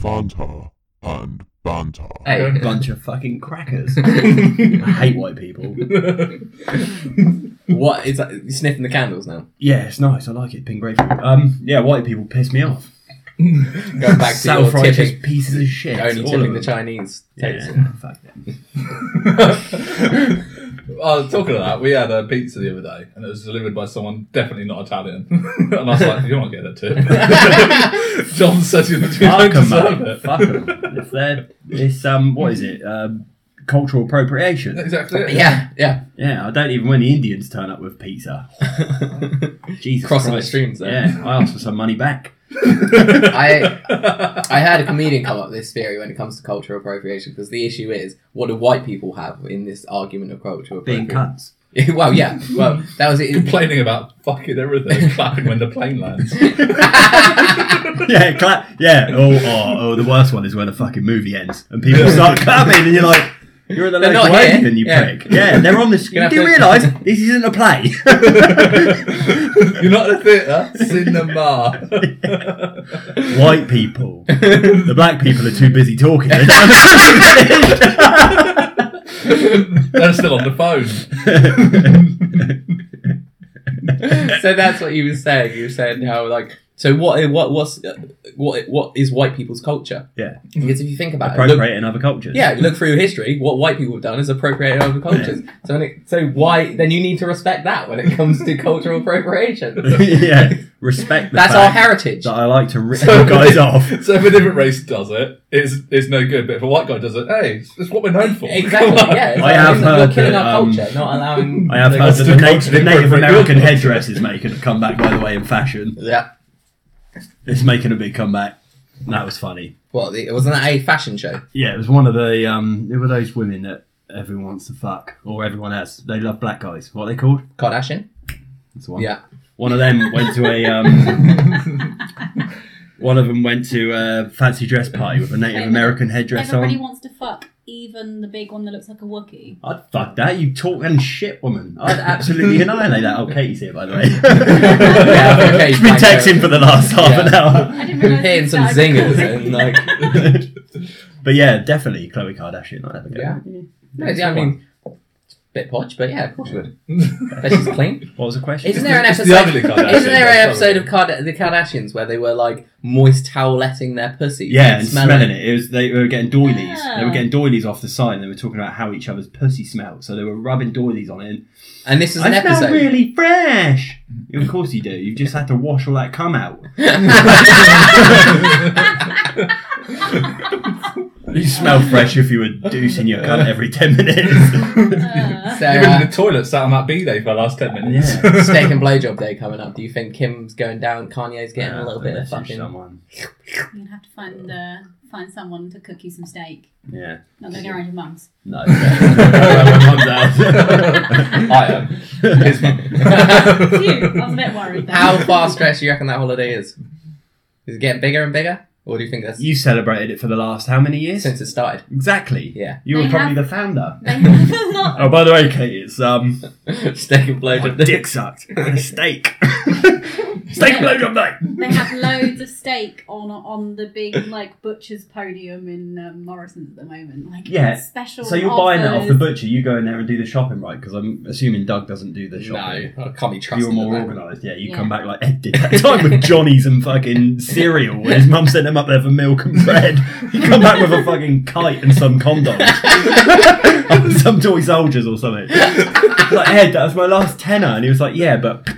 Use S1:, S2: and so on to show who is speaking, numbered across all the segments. S1: Fanta and Banta.
S2: Hey.
S3: They're a bunch of fucking crackers. I hate white people.
S2: what is that? You sniffing the candles now?
S3: Yeah, it's nice. I like it. Pink grapefruit. Um, yeah, white people piss me off.
S2: Going back to your
S3: Self-righteous
S2: tipping,
S3: pieces of shit.
S2: only
S3: all
S2: tipping
S3: of
S2: the
S3: them.
S2: Chinese. takes it.
S3: Yeah, fuck them.
S4: Oh, talking of that, we had a pizza the other day, and it was delivered by someone definitely not Italian. and I was like, "You're not getting that tip." John said, "You don't
S3: Fuck 'em,
S4: deserve
S3: mate.
S4: it."
S3: Fuck 'em. It's their, it's um, what is it? Um, cultural appropriation.
S4: Exactly. It.
S2: yeah, yeah.
S3: Yeah, I don't even when the Indians turn up with pizza. Jesus
S2: Crossing the
S3: Christ.
S2: streams there.
S3: Yeah, I asked for some money back.
S2: I I had a comedian come up with this theory when it comes to cultural appropriation because the issue is what do white people have in this argument of cultural
S3: Being
S2: appropriation?
S3: cunts.
S2: well, yeah. Well, that was it.
S4: Complaining about fucking everything, clapping when the plane lands.
S3: yeah, clap. Yeah. Oh, oh, oh, the worst one is when a fucking movie ends and people start clapping and you're like, you're in the
S2: They're
S3: local
S2: not here.
S3: Asian, you
S2: Yeah.
S3: prick. Yeah, they're on the
S2: You're
S3: screen.
S2: gonna
S3: Do you
S2: have
S3: realise this isn't a play?
S4: You're not at a theatre, cinema.
S3: White people. The black people are too busy talking. They don't understand English.
S4: They're still on the phone.
S2: so that's what you were saying. You were saying how like so what what what's uh, what what is white people's culture?
S3: Yeah.
S2: Because if you think about it, look,
S3: Appropriate in other cultures.
S2: Uh, yeah, look through history. What white people have done is appropriated other cultures. So when it, so why then you need to respect that when it comes to cultural appropriation.
S3: yeah. Respect the
S2: That's
S3: fact
S2: our heritage.
S3: that I like to rip
S4: So-
S3: you guys off.
S4: So if a different race does it, it's, it's no good. But if a white guy does it, hey, it's, it's what we're known for.
S2: E, Exactly. Yeah. It's
S3: I
S2: like,
S3: have
S2: it's like
S3: heard
S2: we're killing
S3: that,
S2: our
S3: um,
S2: culture, not allowing.
S3: I have
S2: the-
S3: heard that the,
S4: Austin
S3: Nat-
S4: Coxon
S3: the Native
S4: appropriate
S3: American
S4: culture.
S3: headdress is making a comeback, by the way, in fashion.
S2: Yeah.
S3: It's making a big comeback. That was funny.
S2: Well, it wasn't that a fashion show.
S3: Yeah, it was one of the um, it were those women that everyone wants to fuck, or everyone has. They love black guys. What are they called?
S2: Kardashian.
S3: That's the one.
S2: Yeah.
S3: One of them went to a um, one of them went to a fancy dress party with a Native American headdress
S5: Everybody
S3: on.
S5: wants to fuck, even the big one that looks like a Wookiee.
S3: I'd fuck that, you talking shit woman. I'd absolutely annihilate that. Oh, Katie's here, by the way. yeah,
S2: okay,
S3: She's been
S2: thank you.
S3: texting for the last half an
S2: Yeah.
S3: hour.
S5: I didn't
S2: We're
S5: realise
S2: hitting
S5: you
S2: some
S5: started
S2: zingers
S5: recording.
S2: and like.
S3: but yeah, definitely Chloe Kardashian. I'd have a go.
S2: Yeah. No, yeah, I mean, bit potch, but yeah, of course you would. But she's clean.
S3: What was the question?
S2: Isn't there an
S4: It's
S2: episode?
S4: the ugly Kardashian,
S2: Isn't there an
S4: that's
S2: episode of
S4: probably.
S2: Card- the Kardashians where they were like moist toweletting their pussy?
S3: Yeah, and smelling, it. It was they were getting doilies. They were
S5: Yeah.
S3: getting doilies off the side. and They were talking about how each other's pussy smelled. So they were rubbing doilies on it. And,
S2: And this is an
S3: I smell
S2: episode.
S3: really fresh. of course you do. You've just had to wash all that cum out. You smell fresh if you were deucing your cum every ten minutes.
S5: Uh,
S2: so,
S4: You've been in
S2: uh,
S4: the toilet sat on that B day for the last 10 minutes.
S3: yeah.
S2: steak and blowjob day coming up. Do you think Kim's going down? Kanye's getting a little bit of
S3: Message
S2: fucking.
S3: someone.
S5: You'd have to find uh, find someone to cook you some steak.
S3: Yeah.
S5: Not going around your mum's.
S3: No. I
S4: I am. His
S5: Phew, I
S4: mum.
S5: was a bit worried. There.
S2: How far stretched do you reckon that holiday is? Is it getting bigger and bigger, or do you think that's
S3: You celebrated it for the last how many years?
S2: since it started?
S3: Exactly.
S2: Yeah,
S3: You were
S5: They
S3: probably
S5: have-
S3: the founder.
S5: They have a lot.
S3: Oh, by the way, Kate, it's um,
S2: steak and
S3: my
S2: blowjob day.
S3: dick sucked. And a steak. steak blowjob night.
S5: They have loads of steak on on the big like butcher's podium in um, Morrison's at the moment. Like
S3: Yeah.
S5: special.
S3: So you're buying that off the
S5: offers.
S3: butcher. You go in there and do the shopping, right? Because I'm assuming Doug doesn't do the
S2: No,
S3: shopping.
S2: I can't be trusted.
S3: You're more
S2: with that.
S3: organised, yeah. You
S5: Yeah.
S3: come back like Ed did that time with Johnny's and fucking cereal, where his mum sent him up there for milk and bread. You come back with a fucking kite and some condoms, And some toy soldiers or something. It's like Ed, that was my last tenner, and he was like, yeah, but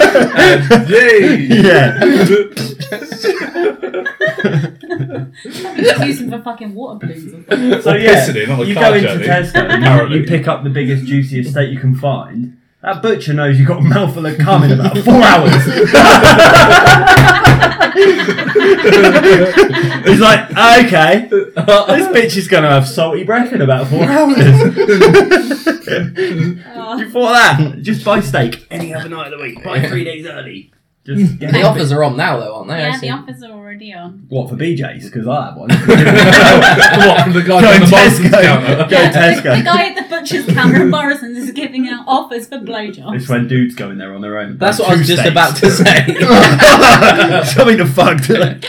S4: And yay!
S3: yeah.
S5: Probably just use them for fucking water balloons. Or something.
S3: So
S4: Or
S3: yeah,
S4: pissing in on the
S3: you
S4: car
S3: go into
S4: journey.
S3: Tesco, and
S4: Apparently.
S3: you, you pick up the biggest, juiciest steak you can find. That butcher knows you've got a mouthful of cum in about four hours. He's like, okay, this bitch is going to have salty breath in about four hours.
S5: Oh,
S3: Before that, just buy steak any other night of the week. Buy three days early. Just get
S2: The
S3: it.
S2: offers are on now, though, aren't they? I
S5: yeah, the
S2: see.
S5: offers are already on.
S3: What for BJ's? Because I have one.
S4: what, from the guy
S3: Go
S4: on the
S3: Tesco.
S4: Morrison's counter?
S3: Go
S5: Yeah, the,
S3: Tesco.
S5: the guy at the Butchers Cameron Morrison's is giving out offers for blowjobs.
S3: It's when dudes go in there on their own.
S2: That's
S3: On
S2: what I was
S3: two
S2: just
S3: states.
S2: about to say.
S3: Something to fuck today.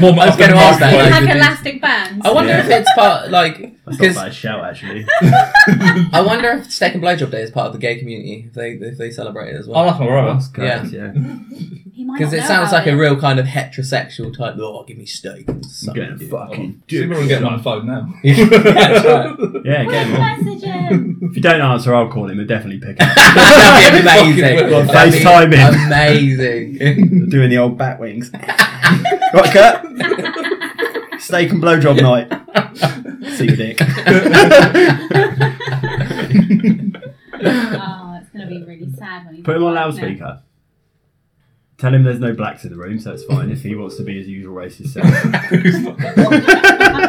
S4: Warm
S2: I was
S4: up
S2: gonna
S4: in
S2: ask that,
S4: microwave.
S2: like-
S5: Like elastic bands.
S2: I wonder
S3: Yeah.
S2: if it's part like
S3: That's not a
S2: because
S3: bad shout, actually.
S2: I wonder if Steak and Blowjob Day is part of the gay community if they if they celebrate it as
S4: I'll
S2: well.
S4: ask my brother.
S2: Yeah.
S3: yeah.
S5: He might
S2: Because
S5: not
S2: it
S5: know
S2: sounds
S5: about
S2: like
S5: it.
S2: a real kind of heterosexual type. Oh, give me steak.
S3: I'm
S2: Something
S3: getting
S2: to do."
S3: fucking
S4: See if we can get him on the phone now.
S2: Yeah, that's right.
S3: Yeah, get
S5: Where's
S3: him on.
S5: messaging?
S3: If you don't answer, I'll call him. He'll definitely pick up.
S2: That'd be
S4: Fucking
S2: amazing.
S4: well,
S2: That'd be
S3: FaceTime him.
S2: Amazing.
S3: Doing the old bat wings. right, Kurt. Steak and blowjob night. See you, dick.
S5: oh, it's gonna be really sad when he
S3: Put him on loudspeaker. Tell him there's no blacks in the room, so it's fine if he wants to be his usual racist self.
S4: He's not-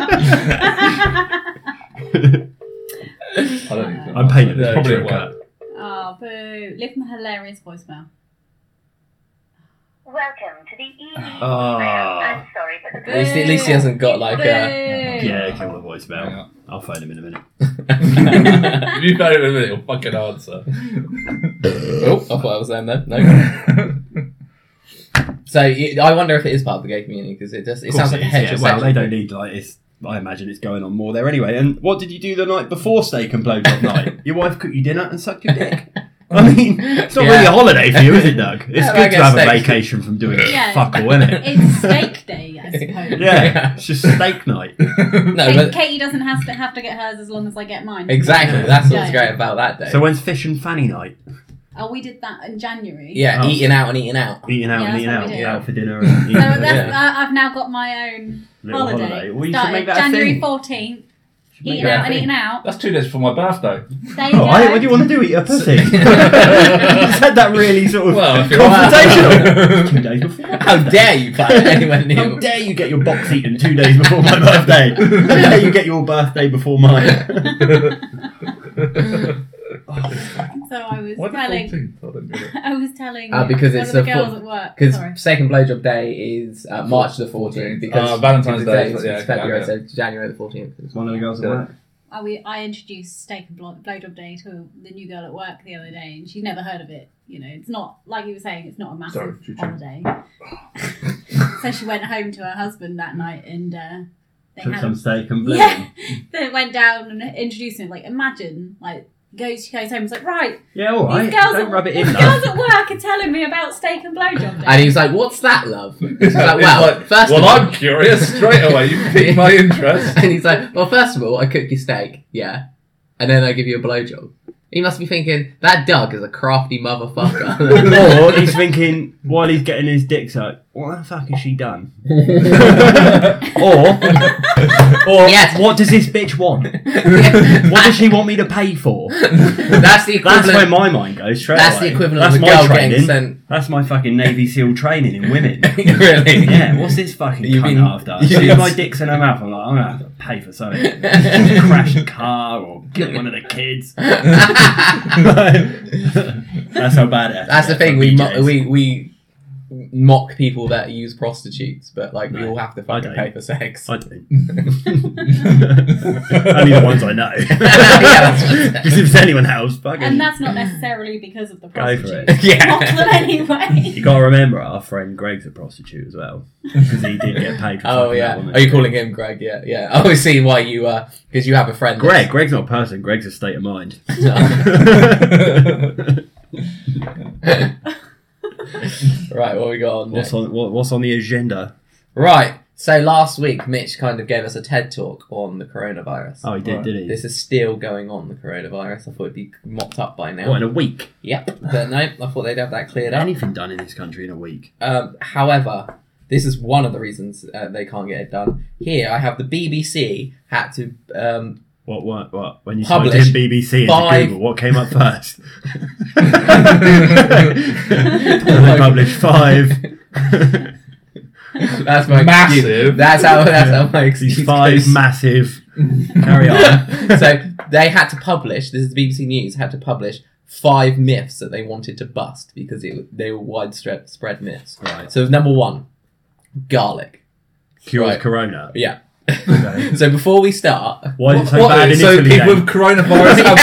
S4: I don't think so.
S3: I'm painting this
S4: Yeah,
S3: picture
S4: probably
S3: of
S4: it
S3: Kurt.
S5: oh, boo! Leave him a hilarious voicemail.
S6: Welcome to the EE.
S3: Ah,
S6: I'm sorry, but the
S2: At least, at least he hasn't got like uh, a.
S5: Boo.
S3: yeah, kill the
S4: Hang
S3: voicemail.
S4: on.
S3: I'll phone him in a minute.
S4: if you know it in a minute, he'll fucking answer.
S2: Oh, I thought I was saying that. No. So y- I wonder if it is part of the gay community because it just it
S3: Of
S2: sounds
S3: course
S2: like a
S3: is, yeah.
S2: heterosexual.
S3: Well, they don't need like it's. I imagine it's going on more there anyway. And what did you do the night before steak and blowjob night? Your wife cooked you dinner and sucked your dick. I mean, it's not
S2: Yeah.
S3: really a holiday for you, is it, Doug? It's
S2: Yeah, I
S3: good to
S2: guess
S3: have a
S2: steak.
S3: vacation from doing
S5: Yeah.
S3: fuck all, isn't it?
S5: It's steak day, I suppose.
S3: Yeah, it's just steak night.
S2: no,
S5: Kate,
S2: but
S5: Katie doesn't have to have to get hers as long as I get mine.
S2: exactly.
S3: Yeah.
S2: That's what's
S5: Yeah.
S2: great about that day.
S3: So when's fish and fanny night?
S5: Oh, we did that in January.
S2: yeah,
S3: Oh.
S2: eating out and eating out.
S3: Eating out
S5: Yeah,
S3: and
S5: that's
S3: eating
S5: what
S3: out,
S5: we do.
S3: out for dinner and
S5: So
S3: eating
S5: that's,
S3: out.
S2: Yeah.
S5: I- I've now got my own
S3: Little
S5: holiday.
S3: Well, you should
S5: Started
S3: make that a
S5: January
S3: thing.
S5: fourteenth.
S3: Should make
S5: Eating
S2: that
S5: out
S2: a
S5: and
S2: thing.
S5: eating out.
S4: That's two days before my birthday.
S5: There you
S3: Oh, I-
S5: go.
S3: what do you want to do? Eat a pussy? you said that really sort of
S4: Well, if you're-
S3: confrontational. Two days before. my
S2: How
S3: birthday.
S2: dare you plan it anywhere near?
S3: How dare you get your box eaten two days before my birthday? How dare you get your birthday before mine?
S5: so I was
S4: What the
S5: telling.
S4: 14th? I don't get it.
S5: I was telling.
S2: Ah, because
S5: one
S2: it's
S5: of
S2: the
S5: the girls
S2: fourth-
S5: at work.
S2: Because
S5: Sorry.
S2: second blowjob day is uh, March the 14th. Because
S4: Uh, Valentine's
S2: the
S4: Day,
S2: is
S4: yeah,
S2: February,
S4: yeah.
S2: so January the 14th. Is
S3: One of the girls
S4: at work.
S5: I, we, I introduced steak and blow, blowjob day to the new girl at work the other day, and she's never heard of it. You know, it's not like you were saying; it's not a massive
S4: Sorry, choo-choo.
S5: holiday. so she went home to her husband that night, and uh, they
S3: Took
S5: had
S3: some
S5: a,
S3: steak and blue.
S5: yeah, they went down and introduced him. Like, imagine, like goes she goes home, it's like right,
S3: Yeah, all right.
S5: these girls,
S3: Don't
S5: at,
S3: rub it
S5: these
S3: in.
S5: girls
S3: though.
S5: at work are telling me about steak and blowjob day.
S2: And he was like, "What's that, love?" And She's like,
S4: It's
S2: "Well,
S4: like,
S2: first
S4: well,
S2: of all."
S4: I'm curious straight away. You piqued my interest.
S2: and he's like, "Well, first of all, I cook your steak, yeah, and then I give you a blowjob." He must be thinking that Doug is a crafty motherfucker.
S3: Or he's thinking while he's getting his dick sucked, what the fuck has she done? or, or
S2: Yes.
S3: what does this bitch want? What does she want me to pay for?
S2: that's the equivalent.
S3: That's where my mind goes straight
S2: that's
S3: away.
S2: the equivalent
S3: That's
S2: of a
S3: my
S2: girl
S3: training.
S2: getting sent.
S3: That's my fucking Navy SEAL training in women.
S2: really?
S3: Yeah, what's this fucking
S2: You've
S3: cunt
S2: been-
S3: after? As
S2: Yes.
S3: soon as my dick's in her mouth, I'm like, I'm gonna have to pay for something. Crash a car or kill one of the kids. That's how bad it is.
S2: That's the thing.
S3: For
S2: We mo-
S3: BJs.
S2: we we mock people that use prostitutes, but like we
S3: No,
S2: all have to
S3: I
S2: fucking
S3: don't.
S2: pay for sex.
S3: I do. Only the ones I know.
S2: that's true.
S3: Because if it's anyone else, fucking.
S5: and that's not necessarily because of the
S3: Go for
S5: prostitute.
S3: it.
S5: Mock them
S2: yeah.
S5: anyway.
S3: You gotta remember, our friend Greg's a prostitute as well. Because he did get paid for
S2: Oh
S3: fucking that
S2: yeah.
S3: woman.
S2: Are you calling him Greg? Yeah, yeah. I always see why you uh because you have a friend.
S3: Greg, Greg's not a person, Greg's a state of mind.
S2: that's- right. What we got on?
S3: what's,
S2: Next?
S3: on, what, what's on the agenda?
S2: Right. So last week, Mitch kind of gave us a TED talk on the coronavirus.
S3: Oh, he did,
S4: Right.
S3: did he?
S2: This is still going on the coronavirus. I thought it'd be mopped up by now.
S3: What, in a week?
S2: Yep. But no, I thought they'd have that cleared up.
S3: Anything done in this country in a week?
S2: Um, however, this is one of the reasons uh, they can't get it done. Here, I have the BBC had to um,
S3: What, what, what? When you typed
S2: Publish
S3: in BBC into
S2: five-
S3: Google, what came up first? they
S2: Like-
S3: published five.
S2: that's my
S4: Massive.
S2: excuse. That's how that's how my
S3: These
S2: excuse
S3: five
S2: goes.
S3: massive. Carry on.
S2: so they had to publish. This is BBC News had to publish five myths that they wanted to bust because it, they were widespread spread myths.
S3: Right.
S2: So number one, garlic.
S3: Cures
S2: Right.
S3: corona.
S2: Yeah. So before we start,
S3: Why is it so
S4: What?
S3: bad in
S4: so
S3: Italy?
S4: people
S3: then?
S4: with coronavirus are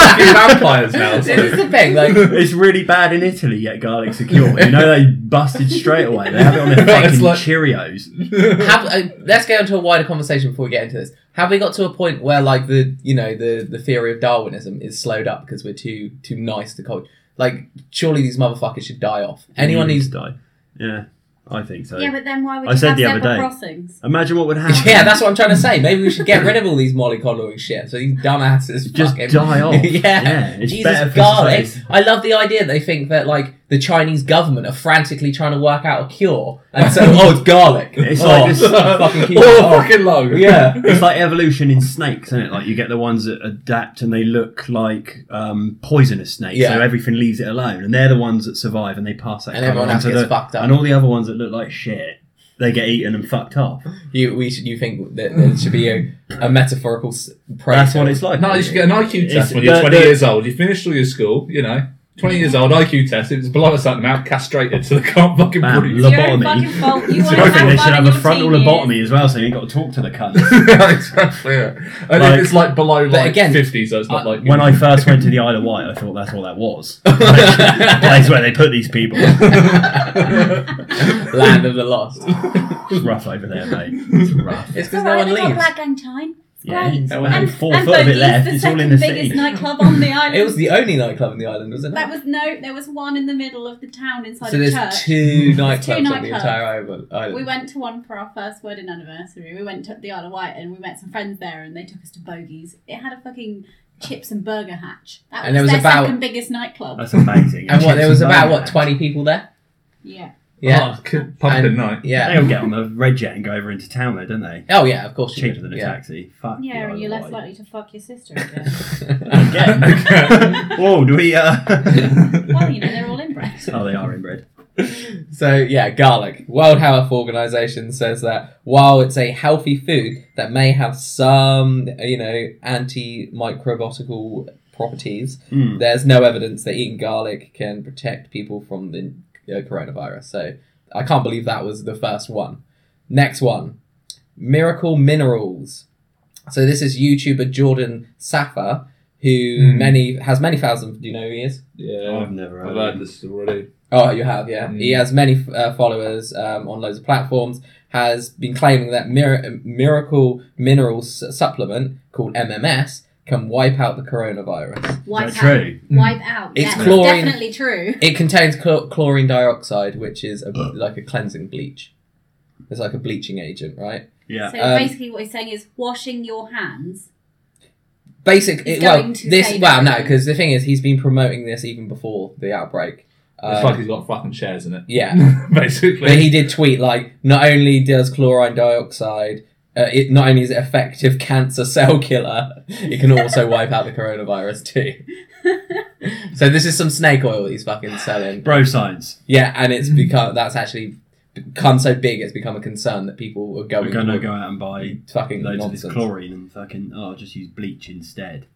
S4: fucking vampires now.
S2: this
S4: So.
S2: is the thing. Like,
S3: It's really bad in Italy, yet garlic's secure. You know they busted straight away. They have it on their
S4: It's
S3: fucking
S4: like-
S3: Cheerios.
S2: have uh, let's get into a wider conversation before we get into this. Have we got to a point where like the you know the the theory of Darwinism is slowed up because we're too too nice to culture? Like, surely these motherfuckers should die off. Anyone
S3: Humans
S2: who's
S3: die. Yeah, I think so.
S5: Yeah, but then why would
S3: I
S5: you
S3: said
S5: have
S3: the other
S5: separate
S3: day.
S5: crossings?
S3: Imagine what would happen.
S2: yeah, that's what I'm trying to say. Maybe we should get rid of all these mollycoddling shit. So these dumbasses
S3: just
S2: fucking-
S3: die off.
S2: yeah.
S3: it's better
S2: Jesus
S3: for
S2: garlic.
S3: society.
S2: I love the idea they think that like the Chinese government are frantically trying to work out a cure, and so oh, it's garlic.
S3: It's
S2: oh,
S3: like this-
S2: fucking keep it
S4: All
S2: on.
S4: fucking low.
S2: Yeah.
S3: It's like evolution in snakes, isn't it? Like you get the ones that adapt and they look like um, poisonous snakes,
S2: Yeah.
S3: so everything leaves it alone, and they're the ones that survive and they pass that.
S2: And
S3: colour
S2: everyone
S3: on
S2: else
S3: to
S2: gets
S3: the-
S2: fucked up.
S3: and all the other ones that look like shit, they get eaten and fucked up.
S2: You we should, you think that there should be a, a metaphorical s- praise?
S3: That's what it's like.
S4: No, you should get an IQ test
S3: It's-
S4: when you're
S3: but
S4: 20
S3: the-
S4: years old. You finished all your school, you know. 20 years old, IQ test. If it's below a certain amount, castrated so they can't fucking
S3: Bam,
S4: breathe.
S5: It's your own
S3: Lobotomy.
S5: fucking fault. You
S3: It's
S5: won't
S3: the other thing, they
S5: have
S3: should
S5: fun
S3: have
S5: in
S3: a
S5: your
S3: frontal
S5: teen
S3: lobotomy
S5: years.
S3: as well, so you ain't got to talk to the cunt.
S4: Yeah, exactly. Yeah. And
S3: Like-
S4: if it's like below
S2: But
S4: like
S2: again,
S4: 50, so it's not
S2: I-
S4: like
S3: when I first went to the Isle of Wight, I thought that's all that was. Like, the place where they put these people.
S2: Land of the Lost.
S3: It's rough over there, mate. It's rough.
S2: It's because
S5: It's
S2: no
S5: alright,
S2: one
S5: they got
S2: leaves.
S5: Black Gang Time.
S3: Yeah,
S5: Great.
S3: it's
S2: And-
S3: only
S5: And,
S3: four
S5: and
S3: foot of it
S5: Bogey's
S3: left.
S5: the
S3: It's all
S5: second
S3: in the
S5: biggest
S3: city.
S5: nightclub on the island.
S2: It was the only nightclub in the island, wasn't it?
S5: That was no. There was one in the middle of the town inside
S2: so
S5: a
S2: there's
S5: church.
S2: two nightclubs
S5: two
S2: on the
S5: nightclubs.
S2: entire island. island.
S5: We went to one for our first wedding anniversary. We went to the Isle of Wight and we met some friends there, and they took us to Bogies. It had a fucking chips and burger hatch. That was,
S2: And there was
S5: their
S2: about-
S5: second biggest nightclub.
S3: That's amazing.
S2: and what
S3: Chips
S2: there was
S3: and
S2: about
S3: burger.
S2: what twenty people there.
S5: yeah,
S2: Yeah,
S4: Oh, cool. pumpkin
S2: And-
S4: night.
S3: They
S2: yeah.
S3: all get on the red jet and go over into town, though, don't they?
S2: Oh yeah, of course. you
S3: Cheaper
S2: did,
S3: than a
S2: yeah.
S3: taxi. Fuck. the
S5: yeah,
S3: Isle
S5: and
S3: of
S5: you're less
S3: Wight.
S5: likely to fuck your sister again.
S3: Again. Whoa, do we? Uh...
S5: well, you know they're all inbred.
S3: oh, they are inbred.
S2: So yeah, garlic. World Health Organization says that while it's a healthy food that may have some, you know, antimicrobial properties,
S3: Hmm.
S2: there's no evidence that eating garlic can protect people from the uh, coronavirus. So I can't believe that was the first one. Next one, miracle minerals. So this is YouTuber Jordan Safa, who
S4: Hmm.
S2: many has many thousand. Do you know who he is?
S4: Yeah.
S3: I've never
S4: I've
S3: heard.
S4: heard
S3: of
S4: this already.
S2: Oh, you have, yeah.
S4: Mm.
S2: He has many uh, followers um, on loads of platforms. Has been claiming that mir- uh, miracle minerals supplement called MMS can wipe out the coronavirus.
S5: Wipe
S3: that
S5: out.
S3: true?
S5: Wipe out.
S2: Mm. It's
S5: yeah, that's
S2: chlorine.
S5: definitely true.
S2: It contains chl- chlorine dioxide, which is a, like a cleansing bleach. It's like a bleaching agent, right?
S3: Yeah.
S5: So
S2: Um,
S5: basically, what he's saying is washing your hands.
S2: Basic.
S5: He's
S2: It, well,
S5: going to
S2: this.
S5: say
S2: Well, no,
S5: that.
S2: because the thing is, he's been promoting this even before the outbreak.
S4: it's
S2: Um,
S4: like he's got fucking shares in it.
S2: yeah.
S4: Basically.
S2: But he did tweet like, not only does chlorine dioxide, uh, it not only is it effective cancer cell killer, it can also wipe out the coronavirus too. so this is some snake oil he's fucking selling.
S3: Bro science.
S2: Yeah, and
S3: Mm.
S2: it's become that's actually become so big it's become a concern that people are going
S3: We're gonna
S2: to
S3: go out and buy
S2: fucking
S3: loads of
S2: nonsense.
S3: this chlorine and fucking. Oh, just use bleach instead.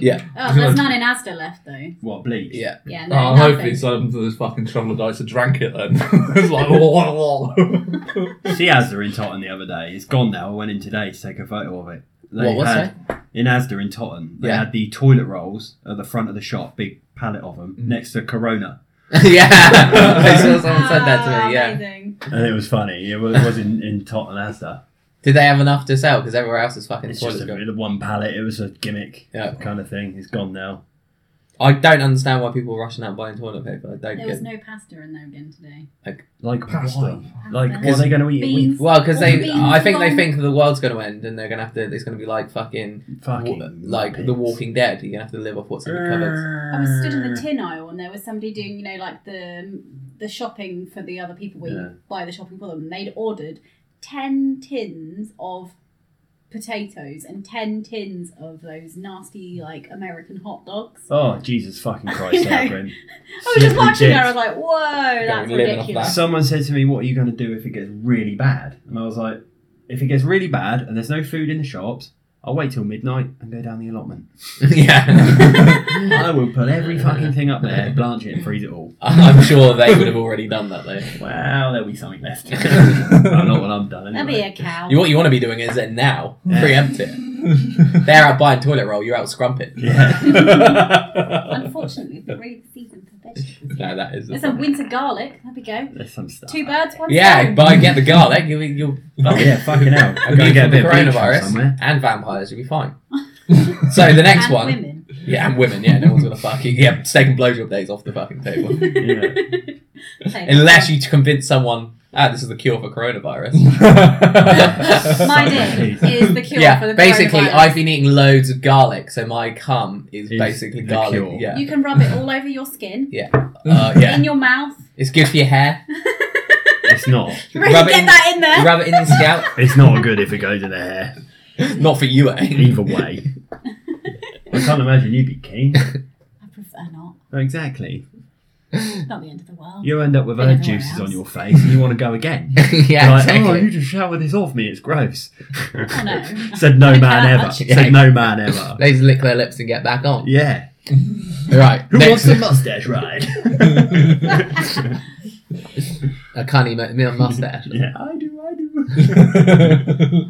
S2: Yeah.
S5: Oh, there's none in Asda left though.
S3: What bleach?
S2: Yeah.
S5: Yeah, no,
S4: Oh,
S5: nothing.
S4: hopefully some of those fucking troglodytes have drank it then. it's like, whoa, whoa, whoa.
S3: See Asda in Totten the other day. It's gone now. I went in today to take a photo of it. They
S2: What was
S3: had, in Asda in Totten, they
S2: Yeah.
S3: had the toilet rolls at the front of the shop, big pallet of them,
S2: Mm-hmm.
S3: next to Corona,
S2: yeah, I saw someone said that to
S5: Ah,
S2: me. Yeah,
S5: amazing.
S3: and it was funny. It was, it was in, in Totten Asda.
S2: did they have enough to sell? Because everywhere else is fucking
S3: It's
S2: toilet
S3: just a, the one pallet. It was a gimmick
S2: Yeah.
S3: kind of thing. It's gone now.
S2: I don't understand why people are rushing out and buying toilet paper. I don't
S5: There
S2: get
S5: was no pasta in there again today.
S3: Like
S4: Pasta.
S3: why? Like
S5: Pasta.
S3: what are they going to eat?
S5: Beans.
S2: Well, because
S5: Well,
S2: they,
S5: beans
S2: I think they
S5: long-
S2: think the world's going to end, and they're going to have to. It's going to be like fucking,
S3: We, fucking
S2: wa- like The
S3: muppets.
S2: Walking Dead. You're going to have to live off what's in the cupboards.
S5: I was stood
S2: Mm.
S5: in the tin aisle and there was somebody doing, you know, like the the shopping for the other people where
S3: Yeah.
S5: you buy the shopping for them. And they'd ordered ten tins of potatoes and ten tins of those nasty like American hot dogs.
S3: Oh Jesus fucking Christ,
S5: You know.
S3: Abram.
S5: I was just
S3: Slippery
S5: watching her. I
S3: dicks.
S5: was like, "Whoa, that's
S2: living off
S5: ridiculous."
S3: Someone said to me, "What are you going to do if it gets really bad?" And I was like, "If it gets really bad and there's no food in the shops, I'll wait till midnight and go down the allotment.
S2: yeah.
S3: I will put every fucking thing up there, blanch it, and freeze it all.
S2: I'm sure they would have already done that though.
S3: Well, there'll be something left. Well, not when I'm done
S5: That'd be
S3: anyway.
S5: a cow.
S2: You, what you want to be doing is it now.
S3: Yeah.
S2: Preempt it. They're out buying toilet roll, you're out scrumping.
S3: Yeah.
S5: Unfortunately, the rain season for vegetables.
S2: No, that is.
S5: There's some winter garlic. There we go.
S3: There's some stuff.
S5: Two birds, one
S2: Yeah,
S5: stone.
S2: buy get the garlic. You, you,
S3: Oh yeah, fucking hell.
S2: I'm
S3: Gotta
S2: going
S3: get a
S2: the
S3: bit of bleach from
S2: coronavirus
S3: somewhere.
S2: and vampires. You'll be fine. so the next
S5: and
S2: one,
S5: Women.
S2: yeah, and women. Yeah, no one's gonna fuck you. Yeah, second blowjob days off the fucking table.
S5: Okay.
S2: Unless you convince someone, ah, this is the cure for coronavirus.
S5: My
S3: Suck
S5: dick
S3: my
S5: is the cure for
S2: yeah,
S5: the
S2: basically,
S5: coronavirus.
S2: I've been eating loads of garlic, so my cum is
S3: Is
S2: basically
S3: the
S2: garlic.
S3: cure.
S2: Yeah,
S5: You can rub it all over your skin,
S2: uh, yeah,
S5: in your mouth.
S2: it's good for your hair.
S3: It's not.
S5: Really
S2: Rub it
S5: get
S2: in-
S5: that in there.
S2: You rub it in your scalp.
S3: It's not good if it goes in the hair.
S2: Not for you, eh?
S3: Either way. I can't imagine you'd be keen.
S5: I prefer not.
S3: Exactly.
S5: It's Not the end of the world.
S3: You end up with
S5: Anywhere
S3: herb juices
S5: else.
S3: on your face and you want to go again.
S2: yeah,
S3: Like,
S2: exactly.
S3: oh, you just showered this off me. It's gross.
S5: Oh no.
S3: Said no
S5: I
S3: man
S5: can't
S3: ever.
S5: touch
S2: it.
S3: Said no man ever.
S2: Ladies lick their lips and get back on.
S3: Yeah.
S2: Right.
S3: Who
S2: next
S3: wants a mustache ride?
S2: a cunny mu- mu- mustache.
S3: yeah, I do, I do.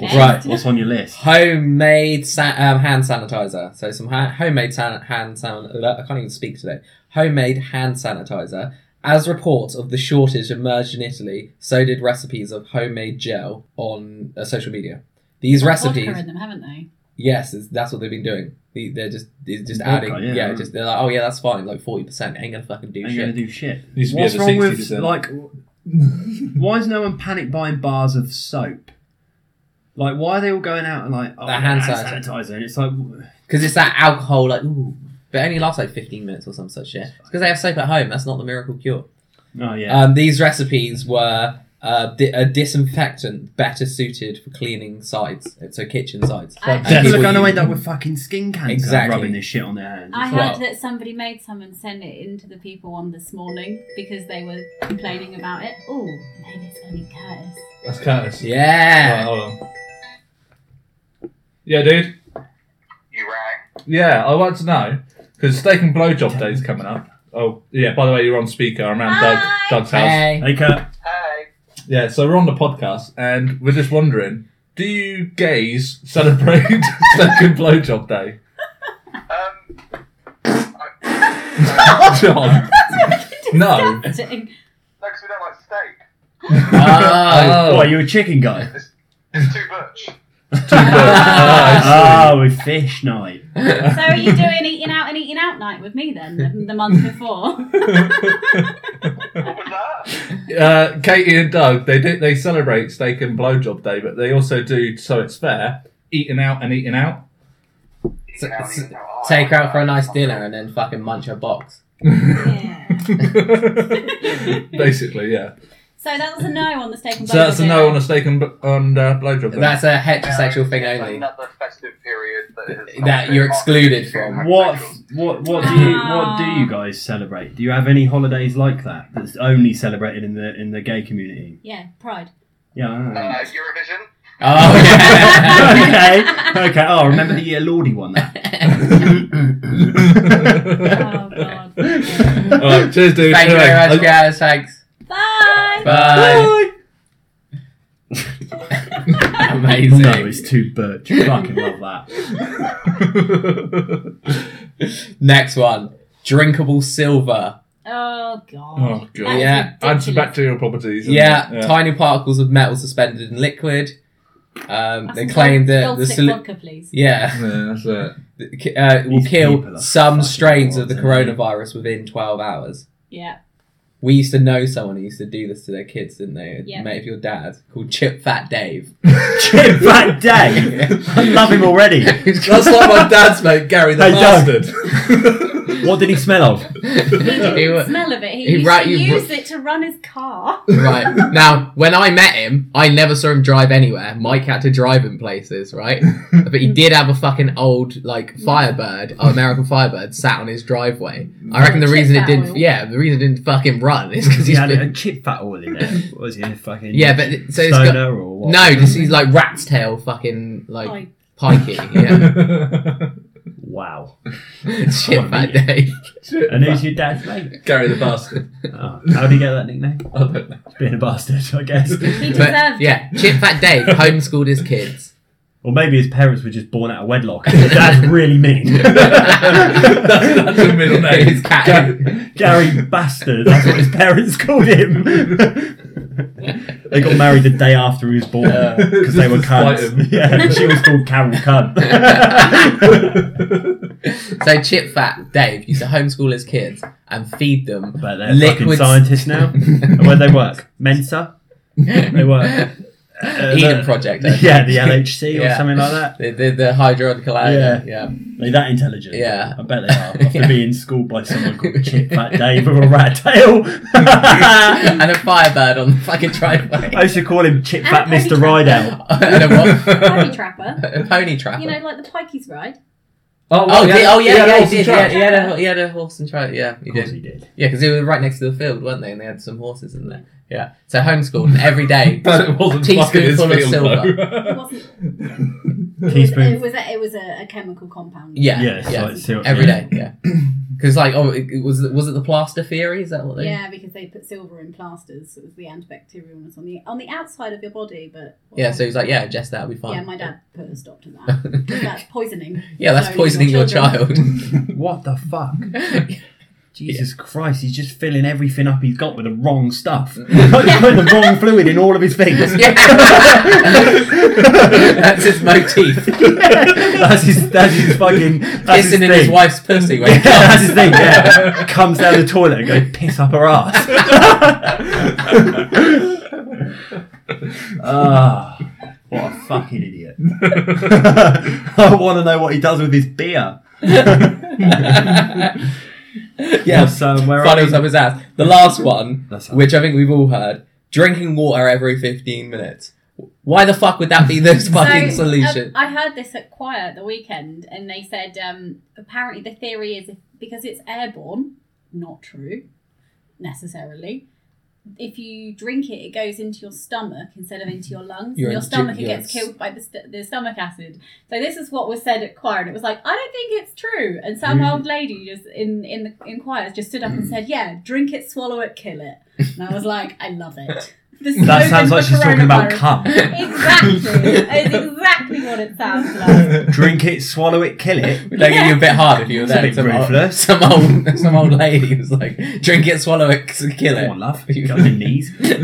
S5: Next.
S2: Right.
S3: What's on your list?
S2: Homemade sa- um, hand sanitizer. So some ha- homemade san- hand san- I can't even speak today. Homemade hand sanitizer. As reports of the shortage emerged in Italy, so did recipes of homemade gel on uh, social media. These recipes,
S5: Vodka in them, haven't they?
S2: yes, is- that's what they've been doing. They- They're just, they're just
S3: Vodka,
S2: adding,
S3: yeah.
S2: yeah, just they're like, oh yeah, that's fine, like forty percent, ain't gonna fucking do
S3: Are
S2: shit.
S3: you going to do shit?
S4: Used to be
S3: What's
S4: over
S3: wrong with,
S4: 60%.
S3: like, why is no one panic buying bars of soap? Like, why are they all going out and like, oh,
S2: The hand sanitizer.
S3: sanitizer? And it's like, w-
S2: Because it's that alcohol, like, ooh, but it only lasts like 15 minutes or some such shit. Because they have soap at home, that's not the miracle cure.
S3: oh yeah,
S2: Um, these recipes were uh, di- a disinfectant better suited for cleaning sides, uh, so kitchen sides.
S5: I-
S2: And
S3: people
S2: people
S3: are going to
S2: use-
S3: end up with fucking skin cancer
S2: Exactly.
S3: rubbing this shit on their hands.
S5: I
S3: It's
S5: heard
S3: like,
S2: Well-
S5: that somebody made some and sent it in to the people on this morning because they were complaining about it. Oh, maybe it's going to be Curtis.
S4: That's Curtis. Right,
S2: Yeah.
S4: hold on. Yeah, dude.
S6: You rang.
S4: Yeah, I want to know because steak and blowjob day's coming up. Oh, yeah. By the way, you're on speaker. I'm around
S5: Hi.
S4: Doug, Doug's house.
S2: Hey.
S3: Hey, Kurt.
S6: Hi.
S4: Yeah, so we're on the podcast, and we're just wondering: Do you gays celebrate steak and blowjob day?
S6: Um,
S4: John, no.
S5: Disgusting.
S6: no, 'cause we don't like steak.
S2: Oh.
S3: Oh, you're a chicken guy.
S6: It's too much.
S4: Too good. Ah,
S3: Oh, with fish night.
S5: So are you doing eating out and eating out night with me then the, the month before?
S6: What was that?
S4: uh, Katie and Doug, they do, they celebrate steak and blowjob day, but they also do so it's fair eating out and eating out.
S2: S- s- Take her out for a nice dinner and then fucking munch her box.
S5: Yeah.
S4: Basically, yeah.
S5: So that was a no on the steak and
S4: So that's a
S5: blowjob
S4: no on
S5: dinner.
S4: a steak and bl- on uh, blowjob. day.
S2: That's a heterosexual thing only.
S6: Another festive period that, is
S2: That you're excluded from.
S3: What?
S6: Uh,
S3: What? What do you? What do you guys celebrate? Do you have any holidays like that that's only celebrated in the in the gay community?
S5: Yeah, pride.
S3: Yeah. I don't
S6: Uh,
S3: know.
S6: Eurovision.
S2: Oh, yeah.
S3: okay. Okay. Oh, remember the year Lordy won that?
S5: Oh god.
S4: All right, cheers, dude.
S2: Thank you
S4: Anyway,
S2: very much,
S4: I-
S2: guys. Thanks.
S5: Bye.
S2: Bye. Amazing.
S3: No, it's too birch. Fucking love that.
S2: Next one. Drinkable silver.
S5: Oh god.
S4: oh god,
S5: That's
S2: Yeah,
S5: ridiculous.
S4: antibacterial properties. isn't
S2: Yeah,
S4: it? yeah.
S2: tiny particles of metal suspended in liquid. Um,
S5: That's
S2: they
S5: some
S2: claim
S5: gold-
S2: that
S5: gold
S2: the
S5: stick
S2: solu-
S5: vodka, please.
S2: yeah
S4: Yeah, that's it.
S2: that ki- uh, will
S3: These people
S2: kill
S3: are
S2: some
S3: fucking
S2: strains of the
S3: wild, aren't
S2: coronavirus within 12 hours.
S5: Yeah.
S2: We used to know someone who used to do this to their kids, didn't they?
S5: Yeah.
S2: Mate of your dad called Chip Fat Dave.
S3: Chip Fat Day. I love him already.
S2: That's like my dad's mate, Gary the
S3: Hey, Dad.
S4: Bastard.
S3: What did he smell of?
S5: He didn't
S2: He wa-
S5: smell of it. He,
S2: he
S5: used
S2: ra-
S5: to
S2: he ra-
S5: use it to run his car.
S2: right. Now, when I met him, I never saw him drive anywhere. Mike had to drive him places, right? But he did have a fucking old, like, Firebird, American Firebird, sat on his driveway. I reckon the
S5: Chip
S2: reason it
S5: fat
S2: didn't,
S5: oil.
S2: yeah, the reason it didn't fucking run is because
S3: He
S2: he's
S3: had a
S2: been,
S3: chip fat oil in there. What Was he a fucking
S2: yeah, but it- so it's
S3: stoner
S2: got
S3: or what?
S2: no, just he's like rat's tail, fucking like
S5: Like,
S2: pikey, yeah,
S3: Wow.
S2: shit fat day.
S3: And who's your dad's mate?
S4: Gary the bastard.
S3: Oh, how did he get that nickname?
S4: I don't know.
S3: Being a bastard, I guess.
S5: he deserved
S2: But
S5: it.
S2: yeah, Chip Fat Dave homeschooled his kids.
S3: Or maybe his parents were just born out of wedlock. and his Dad's really mean.
S4: that's, that's the middle name.
S2: His cat.
S4: Gary-
S3: Gary Bastard, that's what his parents called him. they got married the day after he was born
S4: Yeah.
S3: because they were
S4: Just to spite him.
S3: cunts. Yeah, she was called Carol Cunt.
S2: So Chip Fat Dave used to homeschool his kids and feed them
S3: but they're fucking scientists now. And where they work? Mensa? They work. Uh,
S2: Eden
S3: the-
S2: Project. I
S3: Yeah,
S2: think.
S3: the LHC or
S2: Yeah.
S3: something like that.
S2: The, the, the hydraulical iron, yeah.
S3: They're that intelligent.
S2: Yeah.
S3: I bet they are. After
S2: Yeah.
S3: being schooled by someone called Chip Fat Dave with a rat tail.
S2: and a firebird on the fucking driveway.
S3: I used to call him Chip
S5: And
S3: Fat
S5: a pony
S3: Mr.
S5: trapper.
S3: Rideout.
S2: and a what?
S5: Pony trapper.
S2: A pony trapper.
S5: You know, like the Pikey's ride.
S4: Oh,
S2: Oh,
S4: well,
S2: yeah, oh yeah,
S4: an
S2: yeah, he
S4: awesome
S2: did.
S4: track.
S2: Yeah, he had a he had a horse and trap. Yeah, he
S3: Of course
S2: did.
S3: he did.
S2: Yeah, because they were right next to the field, weren't they? And they had some horses in there. Yeah. So homeschooled and every day.
S4: But it wasn't fucking his
S2: Teaspoonful of
S4: field,
S2: silver.
S5: It
S4: though.
S5: wasn't. It was,
S3: Teaspoon.
S5: it was, a, it was a, a chemical compound.
S2: Yeah.
S3: Yeah, it's
S2: yeah.
S3: like syrup,
S2: every
S3: yeah.
S2: day. Yeah. Because like, oh, it, it was was it the plaster theory? Is that what they?
S5: Yeah, because they put silver in plasters. so It was the antibacterialness on the on the outside of your body, but
S2: Yeah. So he's like, yeah, Jess, that'll be fine.
S5: yeah, my dad put a stop to that. 'Cause that's poisoning.
S2: yeah, that's
S5: So
S2: poisoning your child.
S5: children-
S3: What the fuck? Jesus Christ, he's just filling everything up he's got with the wrong stuff. he's putting the wrong fluid in all of his things.
S2: Yeah. that's his motif.
S3: that's his that's his fucking that's
S2: Kissing in
S3: his
S2: his
S3: thing.
S2: wife's pussy when
S3: Yeah,
S2: he
S3: that's his
S2: comes.
S3: thing, yeah. Comes down the toilet and goes piss up her ass. Ah, what a fucking idiot. I want to know what he does with his beer.
S2: yeah.
S3: so um, where are
S2: Funnels
S3: we?
S2: up his ass. The last one,
S3: That's fine.
S2: which I think we've all heard, drinking water every 15 minutes. Why the fuck would that be the fucking
S5: So, um,
S2: solution?
S5: I heard this at choir at the weekend, and they said um, apparently the theory is if, because it's airborne, not true necessarily. If you drink it, it goes into your stomach instead of into your lungs.
S2: You're
S5: your
S2: in-
S5: stomach it
S2: you're
S5: gets
S2: in-
S5: killed by the, st- the stomach acid. So this is what was said at choir, and it was like I don't think it's true. And some
S2: Mm.
S5: old lady just in in the in choir just stood up
S3: Mm.
S5: and said, "Yeah, drink it, swallow it, kill it." And I was like, I love it. The
S3: That
S5: slogan
S3: sounds like
S5: for
S3: she's talking about
S5: coronavirus.
S3: cum.
S5: Exactly. It's exactly what it sounds like.
S3: Drink it, swallow it, kill it.
S2: Would that get you a bit hard if you were
S3: It's a
S2: there?
S3: bit
S2: Some old, some
S3: ruthless.
S2: old, some old lady was like, drink it, swallow it, kill
S3: Come
S2: it.
S3: on, love. Get on your knees.
S4: Take a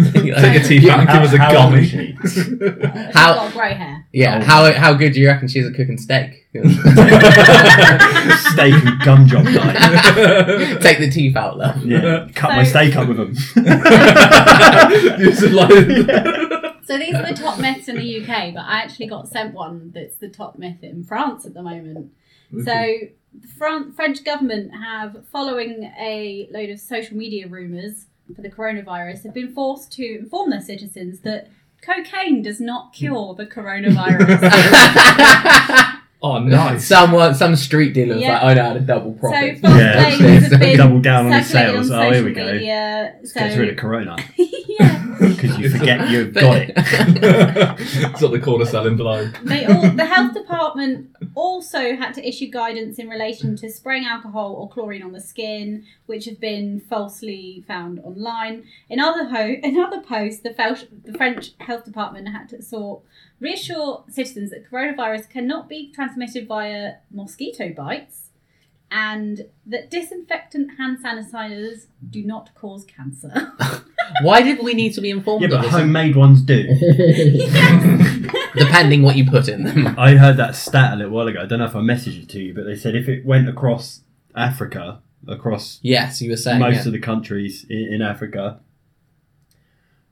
S4: tea bag and give us a
S3: How- how old is
S4: gummy.
S3: she?
S5: She's
S2: How-
S5: got grey hair.
S2: Yeah,
S3: Oh.
S2: how how good do you reckon she's at cooking steak?
S3: steak and gum job night.
S2: Take the teeth out, love.
S3: Yeah, cut my
S5: So-
S3: steak up with them.
S4: Use a line.
S5: So these are the top myths in the UK, but I actually got sent one that's the top myth in France at the moment. So the Fran- French government have, following a load of social media rumours for the coronavirus, have been forced to inform their citizens that cocaine does not cure the coronavirus.
S4: Oh, nice.
S2: Someone, some street dealer was
S5: Yeah.
S2: like, "Oh no, I had a double profit."
S5: So false
S3: Yeah,
S5: claims have
S2: that's
S5: been
S3: Double down on his
S5: circulated
S3: sales.
S5: on
S3: Oh, here
S5: social
S3: we go.
S5: Media, so
S3: Gets rid of Corona
S5: yeah,
S3: because you forget you've got it.
S4: it's not the corner selling blow.
S5: they all the health department also had to issue guidance in relation to spraying alcohol or chlorine on the skin, which have been falsely found online. In other ho- in other posts, the, Fel- the French health department had to sort reassure citizens that coronavirus cannot be transmitted via mosquito bites. And that disinfectant hand sanitizers do not cause cancer.
S2: Why did we need to be informed
S3: Yeah,
S2: of
S3: but
S2: this?
S3: homemade ones do.
S2: Depending what you put in them.
S3: I heard that stat a little while ago. I don't know if I messaged it to you, but they said if it went across Africa, across
S2: Yes, you were saying.
S3: most
S2: yeah.
S3: of the countries in, in Africa,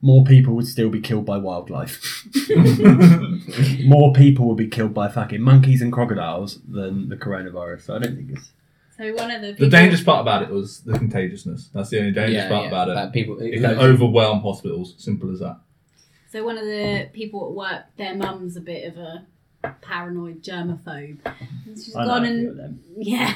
S3: more people would still be killed by wildlife. more people would be killed by fucking monkeys and crocodiles than the coronavirus. So I don't think it's.
S5: so one of the
S4: The
S5: people-
S4: dangerous part about it was the contagiousness. That's the only dangerous
S2: Yeah,
S4: part
S2: yeah,
S4: about it.
S2: that people,
S4: It can overwhelm hospitals. Simple as that.
S5: So one of the people at work, their mum's a bit of a paranoid germaphobe. And she's
S3: I know,
S5: gone
S3: I deal
S5: and
S3: with them.
S5: yeah,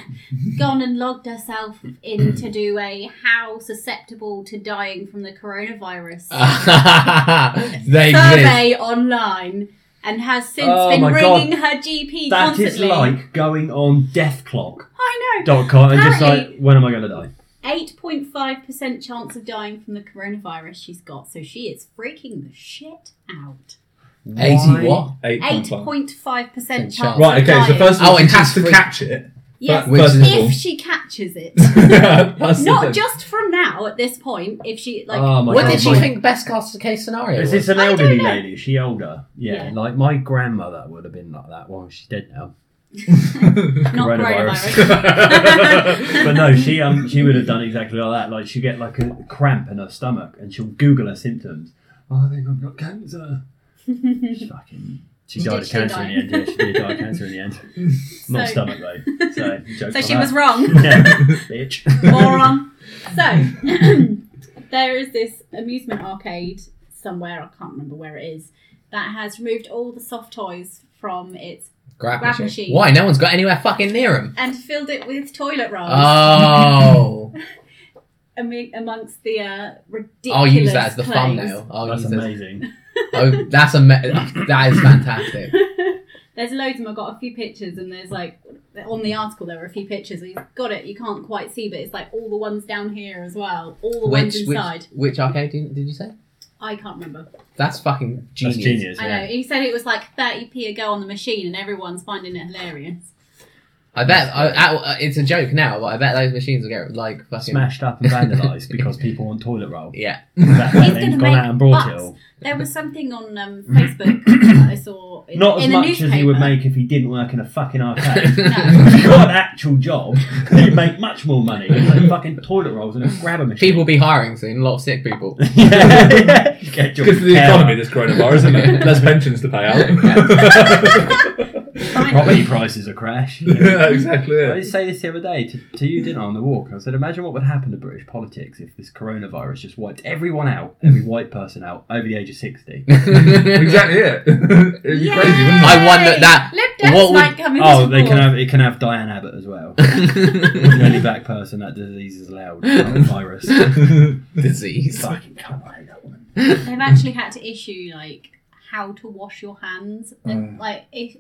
S5: gone and logged herself in to do a how susceptible to dying from the coronavirus
S2: Ah, they exist.
S5: survey online, and has since
S2: Oh
S5: been
S2: my God.
S5: ringing her GP
S3: That is
S5: constantly.
S3: like going on deathclock.com
S5: I know.
S3: and just like,
S5: Apparently-
S3: when am I going to die?
S5: 8.5% chance of dying from the coronavirus she's got, so she is freaking the shit out.
S2: Eighty what?
S4: Eight point five.
S5: 8.5% chance.
S2: chance.
S4: Right,
S5: of
S4: okay, so
S5: dying.
S4: first of
S2: Oh,
S4: all, she
S2: and
S4: has to
S2: tax-free.
S4: catch it.
S5: Yes,
S4: But first
S2: Which
S4: of all-
S5: if she catches it.
S4: That's the
S5: Not
S4: thing.
S5: just from now at this point, if she, like,
S3: oh my
S2: what
S3: God,
S2: did she
S3: my-
S2: think best cast case scenario? Was?
S3: Is this an
S5: I don't
S3: elderly
S5: know.
S3: lady? Is she older? Yeah,
S5: Yeah.
S3: like my grandmother would have been like that. Well, she's dead now.
S5: not
S3: Coronavirus.
S5: coronavirus.
S3: But no, she um she would have done exactly like that. Like she'll get like a cramp in her stomach and she'll Google her symptoms. Oh, I think I've got cancer. She fucking she
S5: Did
S3: died of
S5: she
S3: cancer in
S5: die?
S3: the end. Yeah, she did die of cancer in the end. Not
S5: So-
S3: stomach though. So, joke
S5: so
S3: on
S5: she
S3: that.
S5: was wrong.
S3: yeah, bitch.
S5: moron. So there is this amusement arcade somewhere, I can't remember where it is, that has removed all the soft toys from its
S2: Grab
S5: Grab
S2: machine.
S5: machine.
S2: Why? No one's got anywhere fucking near him.
S5: and filled it with toilet rolls
S2: Oh,
S5: ami- amongst the uh, ridiculous.
S2: I'll use that as the
S5: clothes.
S2: thumbnail. I'll
S3: That's
S2: use that.
S3: amazing.
S2: Oh, that's a that is fantastic.
S5: there's loads of them. I got a few pictures, and there's like on the article there were a few pictures. He's got it. You can't quite see, but it's like all the ones down here as well, all the
S2: Which
S5: ones
S2: which
S5: inside.
S2: which arcade did, did you say?
S5: I can't remember.
S2: That's fucking genius.
S3: That's genius.
S5: I know. He said it was like 30p a go on the machine, and everyone's finding it hilarious.
S2: I bet I, I, it's a joke now, but I bet those machines will get like fucking
S3: Smashed up and vandalised because people want toilet roll.
S2: yeah.
S3: That
S5: He's
S3: lady's
S5: gonna
S3: gone
S5: make
S3: out and bought it
S5: bucks.
S3: all.
S5: There was something on um, Facebook that I saw in,
S3: Not as
S5: in the
S3: much
S5: newspaper.
S3: as he would make if he didn't work in a fucking arcade.
S5: No.
S3: if you got an actual job, you'd make much more money. It's like fucking toilet rolls and a grabber machine.
S2: People will be hiring soon. A lot of sick people.
S3: yeah, get your
S4: Good for the
S3: care
S4: economy, this coronavirus, isn't it? Less pensions to pay out.
S3: up. Property prices are crash.
S4: yeah, exactly.
S3: I
S4: It.
S3: did say this the other day to, to you, didn't I, on the walk. I said, imagine what would happen to British politics if this coronavirus just wiped everyone out, every white person out, over the age of 60.
S4: Exactly it. It'd be
S5: Yay!
S4: crazy, wouldn't it?
S2: I wonder that-
S5: Lib Dems
S2: what would-
S5: might come in
S3: oh, they
S5: support.
S3: can have, it can have Diane Abbott as well. the only black person that disease is allowed. Virus.
S2: Disease.
S3: Fucking come on, that woman.
S5: They've actually had to issue like how to wash your hands,
S2: Mm.
S5: and, like if, uh,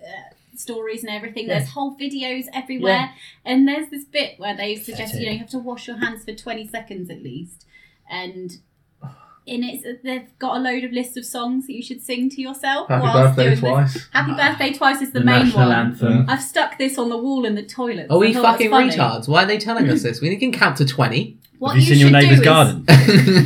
S5: stories and everything. There's whole videos everywhere, and there's this bit where they suggest you know you have to wash your hands for 20 seconds at least, and. In it, uh, they've got a load of lists of songs that you should sing to yourself. whilst doing this. Happy
S2: Ah.
S5: birthday twice is the, main
S3: national
S5: one.
S3: anthem.
S5: I've stuck this on the wall in the toilet.
S2: Are we
S5: I thought it
S2: fucking
S5: was funny.
S2: retards? Why are they telling us this? We can count to twenty.
S5: What
S3: Have you, seen your
S5: should do
S3: neighbour's
S5: is-
S3: garden?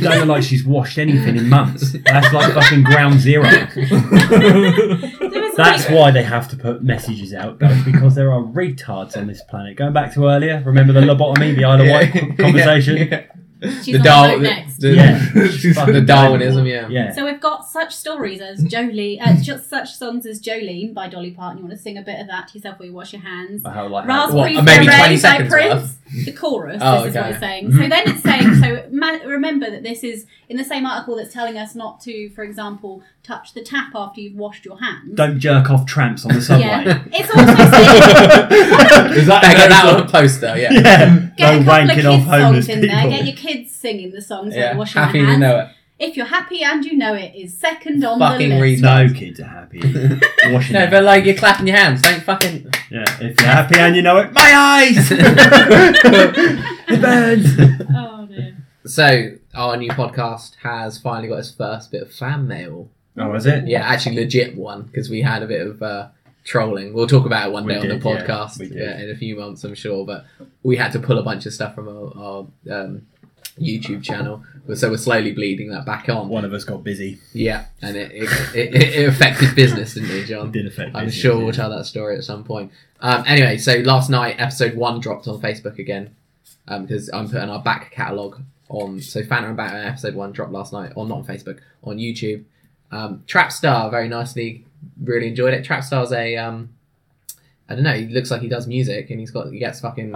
S3: Don't look like she's washed anything in months. That's like fucking ground zero.
S5: There was
S3: That's
S5: like-
S3: why they have to put messages out, guys, because there are retards on this planet. Going back to earlier, remember the lobotomy, the Isle of Wight co- conversation?
S2: Yeah.
S5: she's
S2: The
S5: on
S2: Dar-
S5: vote
S2: the-
S5: next.
S2: the-
S4: She's
S3: fucking
S2: the Darwinism,
S3: terrible.
S2: yeah. Mm-hmm.
S3: Yeah.
S5: So we've got such stories as Jolie, uh, just such songs as Jolene by Dolly Parton. You want to sing a bit of that to yourself while you wash your hands.
S3: Or how, like, how-
S5: Raspberry
S2: Uh, What, maybe
S5: Beret
S2: 20
S5: by
S2: seconds
S5: Prince.
S2: worth?
S5: The chorus.
S2: Oh,
S5: this is
S2: okay.
S5: what it's saying. So then it's saying. So ma- remember that this is in the same article that's telling us not to, for example, touch the tap after you've washed your hands.
S3: Don't jerk off tramps on the subway.
S5: Yeah. It's also saying
S4: Is that
S2: They get that
S4: America?
S2: on a poster. Yeah.
S3: Yeah.
S5: get a
S3: No
S5: couple of
S3: wanking
S5: kids
S3: off homeless
S5: songs in
S3: people.
S5: there. Get your kids singing the songs while
S2: Yeah.
S5: you're washing
S2: Happy
S5: your
S2: you
S5: hands.
S2: know it.
S5: If you're happy and you know it is second on
S2: Fucking
S5: the list.
S2: reason.
S3: No kids are happy. Washing
S2: No,
S3: their-
S2: but like you're clapping your hands. Don't fucking.
S3: Yeah, if you're happy and you know it, my eyes! it burns!
S5: Oh dear.
S2: So our new podcast has finally got its first bit of fan mail.
S3: Oh, is it?
S2: Yeah, actually, legit one because we had a bit of uh, trolling. We'll talk about it one
S3: We
S2: day on
S3: did,
S2: the
S3: yeah,
S2: podcast
S3: we did.
S2: yeah, in a few months, I'm sure. But we had to pull a bunch of stuff from our, our um, YouTube channel, so we're slowly bleeding that back on.
S3: One of us got busy.
S2: Yeah, and it it, it, it affected business, didn't it, John?
S3: It did affect
S2: I'm
S3: business,
S2: sure
S3: yeah.
S2: we'll tell that story at some point. Um, anyway, so last night episode one dropped on Facebook again because I'm putting our back catalogue on. So Fanta and Batman episode one dropped last night, or not on Facebook, on YouTube. Um, Trapstar very nicely, really enjoyed it. Trapstar's a um, I don't know. He looks like he does music, and he's got he gets fucking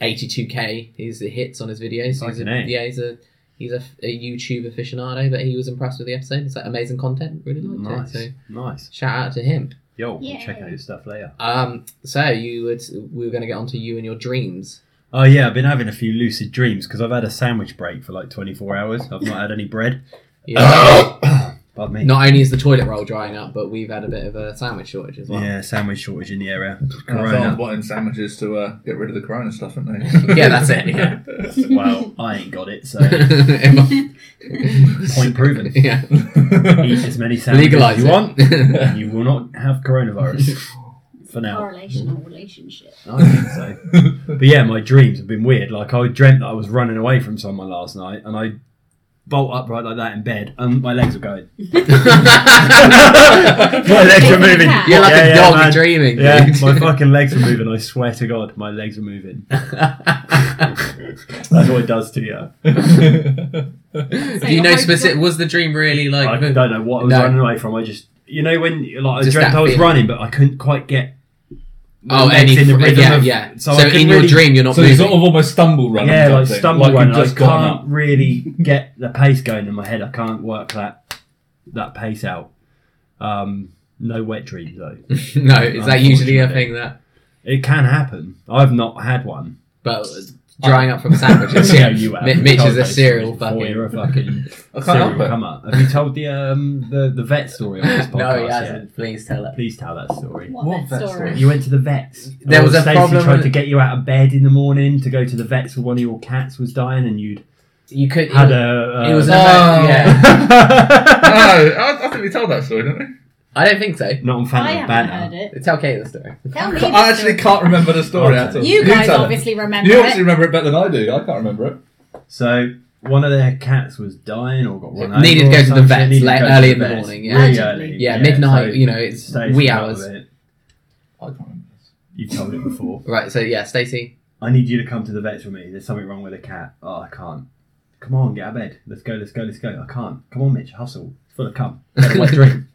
S2: 82k. He's the hits on his videos. He's
S3: Fucking
S2: a,
S3: A.
S2: yeah, he's a he's a, a YouTube aficionado, but he was impressed with the episode. It's like amazing content. Really liked
S3: Nice.
S2: it. So
S3: Nice.
S2: shout out to him.
S3: Yo, we'll
S5: Yay.
S3: check out your stuff later.
S2: Um, so you would we were going to get onto you and your dreams.
S3: Oh yeah, I've been having a few lucid dreams because I've had a sandwich break for like 24 hours. I've not had any bread.
S2: Yeah.
S3: Pardon me.
S2: Not only is the toilet roll drying up, but we've had a bit of a sandwich shortage as well.
S3: Yeah, sandwich shortage in the area.
S4: And I
S3: Corona.
S4: started wanting sandwiches to uh, get rid of the corona stuff, haven't they?
S2: Yeah, that's it, yeah.
S3: well, I ain't got it, so point
S2: Point
S3: proven.
S2: Yeah.
S3: Eat as many sandwiches
S2: Legalize it.
S3: as you want. and you will not have coronavirus for now.
S5: Correlational relationship.
S3: I think so. But yeah, my dreams have been weird. Like I dreamt that I was running away from someone last night, and I bolt upright like that in bed, and my legs are going. my legs are moving.
S2: You're like
S3: Yeah,
S2: a
S3: yeah,
S2: dog
S3: man.
S2: dreaming.
S3: Yeah,
S2: dude.
S3: my fucking legs are moving. I swear to God, my legs are moving. That's what it does to you.
S2: Do you know specific? Was the dream really like?
S3: I don't know what I was
S2: No.
S3: running away from. I just, you know, when like I
S2: Just
S3: dreamt
S2: that
S3: I was
S2: feeling.
S3: running, but I couldn't quite get. my
S2: oh,
S3: legs
S2: any?
S3: in the rhythm
S2: yeah,
S3: of-
S2: yeah.
S3: so
S2: So,
S3: I couldn't
S2: in your
S3: really-
S2: dream, you're not
S4: so you
S2: moving.
S4: sort of almost stumble running.
S3: Yeah, like
S4: something,
S3: stumble
S4: you've
S3: running. I
S4: just gotten
S3: can't really get the pace going in my head. I can't work that that pace out. Um, no wet dreams though.
S2: no, is that usually a
S3: Unfortunately.
S2: thing that?
S3: It can happen. I've not had one.
S2: But drying up from sandwiches.
S3: You
S2: yeah,
S3: know you have.
S2: Mi-
S3: You
S2: Mitch
S3: told
S2: is a
S3: those
S2: serial
S3: stories before. You're a
S2: fucking.
S3: fucking
S4: I can't
S3: serial
S4: help it.
S3: comer. Have you told the um the, the vet story on this podcast?
S2: no, he
S3: yet?
S2: hasn't. Please tell it.
S3: Please tell that story.
S5: What,
S4: What
S5: that
S4: that
S5: story?
S3: You went to the vets.
S2: There
S3: Oh,
S2: was a
S3: Stacey
S2: problem-
S3: tried to get you out of bed in the morning to go to the vets. Where one of your cats was dying, and you'd
S2: You could.
S3: had a. Uh,
S2: it was an
S4: a-
S2: event,
S4: Oh.
S2: yeah.
S4: No, I, I think we told that story, didn't we?
S2: I don't think so.
S3: Not on
S5: I
S3: Phantom
S5: haven't heard
S3: Banner.
S5: it.
S2: Tell Kate the story.
S5: Tell me. the
S4: I actually
S5: story.
S4: can't remember the story
S3: Okay.
S4: at all.
S5: You guys
S4: tell it.
S5: obviously remember
S4: You
S5: it.
S4: actually remember it better than I do. I can't remember it.
S3: So one of their cats was dying or got run over.
S2: Needed to
S3: or
S2: go to the
S3: something,
S2: vets,
S3: needed to
S2: like,
S3: go to
S2: early in the
S3: vets,
S2: morning, yeah.
S3: really
S5: Urgently.
S3: early,
S2: Yeah, midnight, you know, it's
S3: Stacey
S2: wee
S3: came up
S2: hours.
S3: with it.
S4: I can't remember. this.
S3: You've told it before.
S2: Right. So yeah, Stacey.
S3: I need you to come to the vets with me. There's something wrong with the cat. Oh, I can't. Come on, get out of bed. Let's go, let's go, let's go. I can't. Come on, Mitch, hustle. It's full of cum. Better wet dream.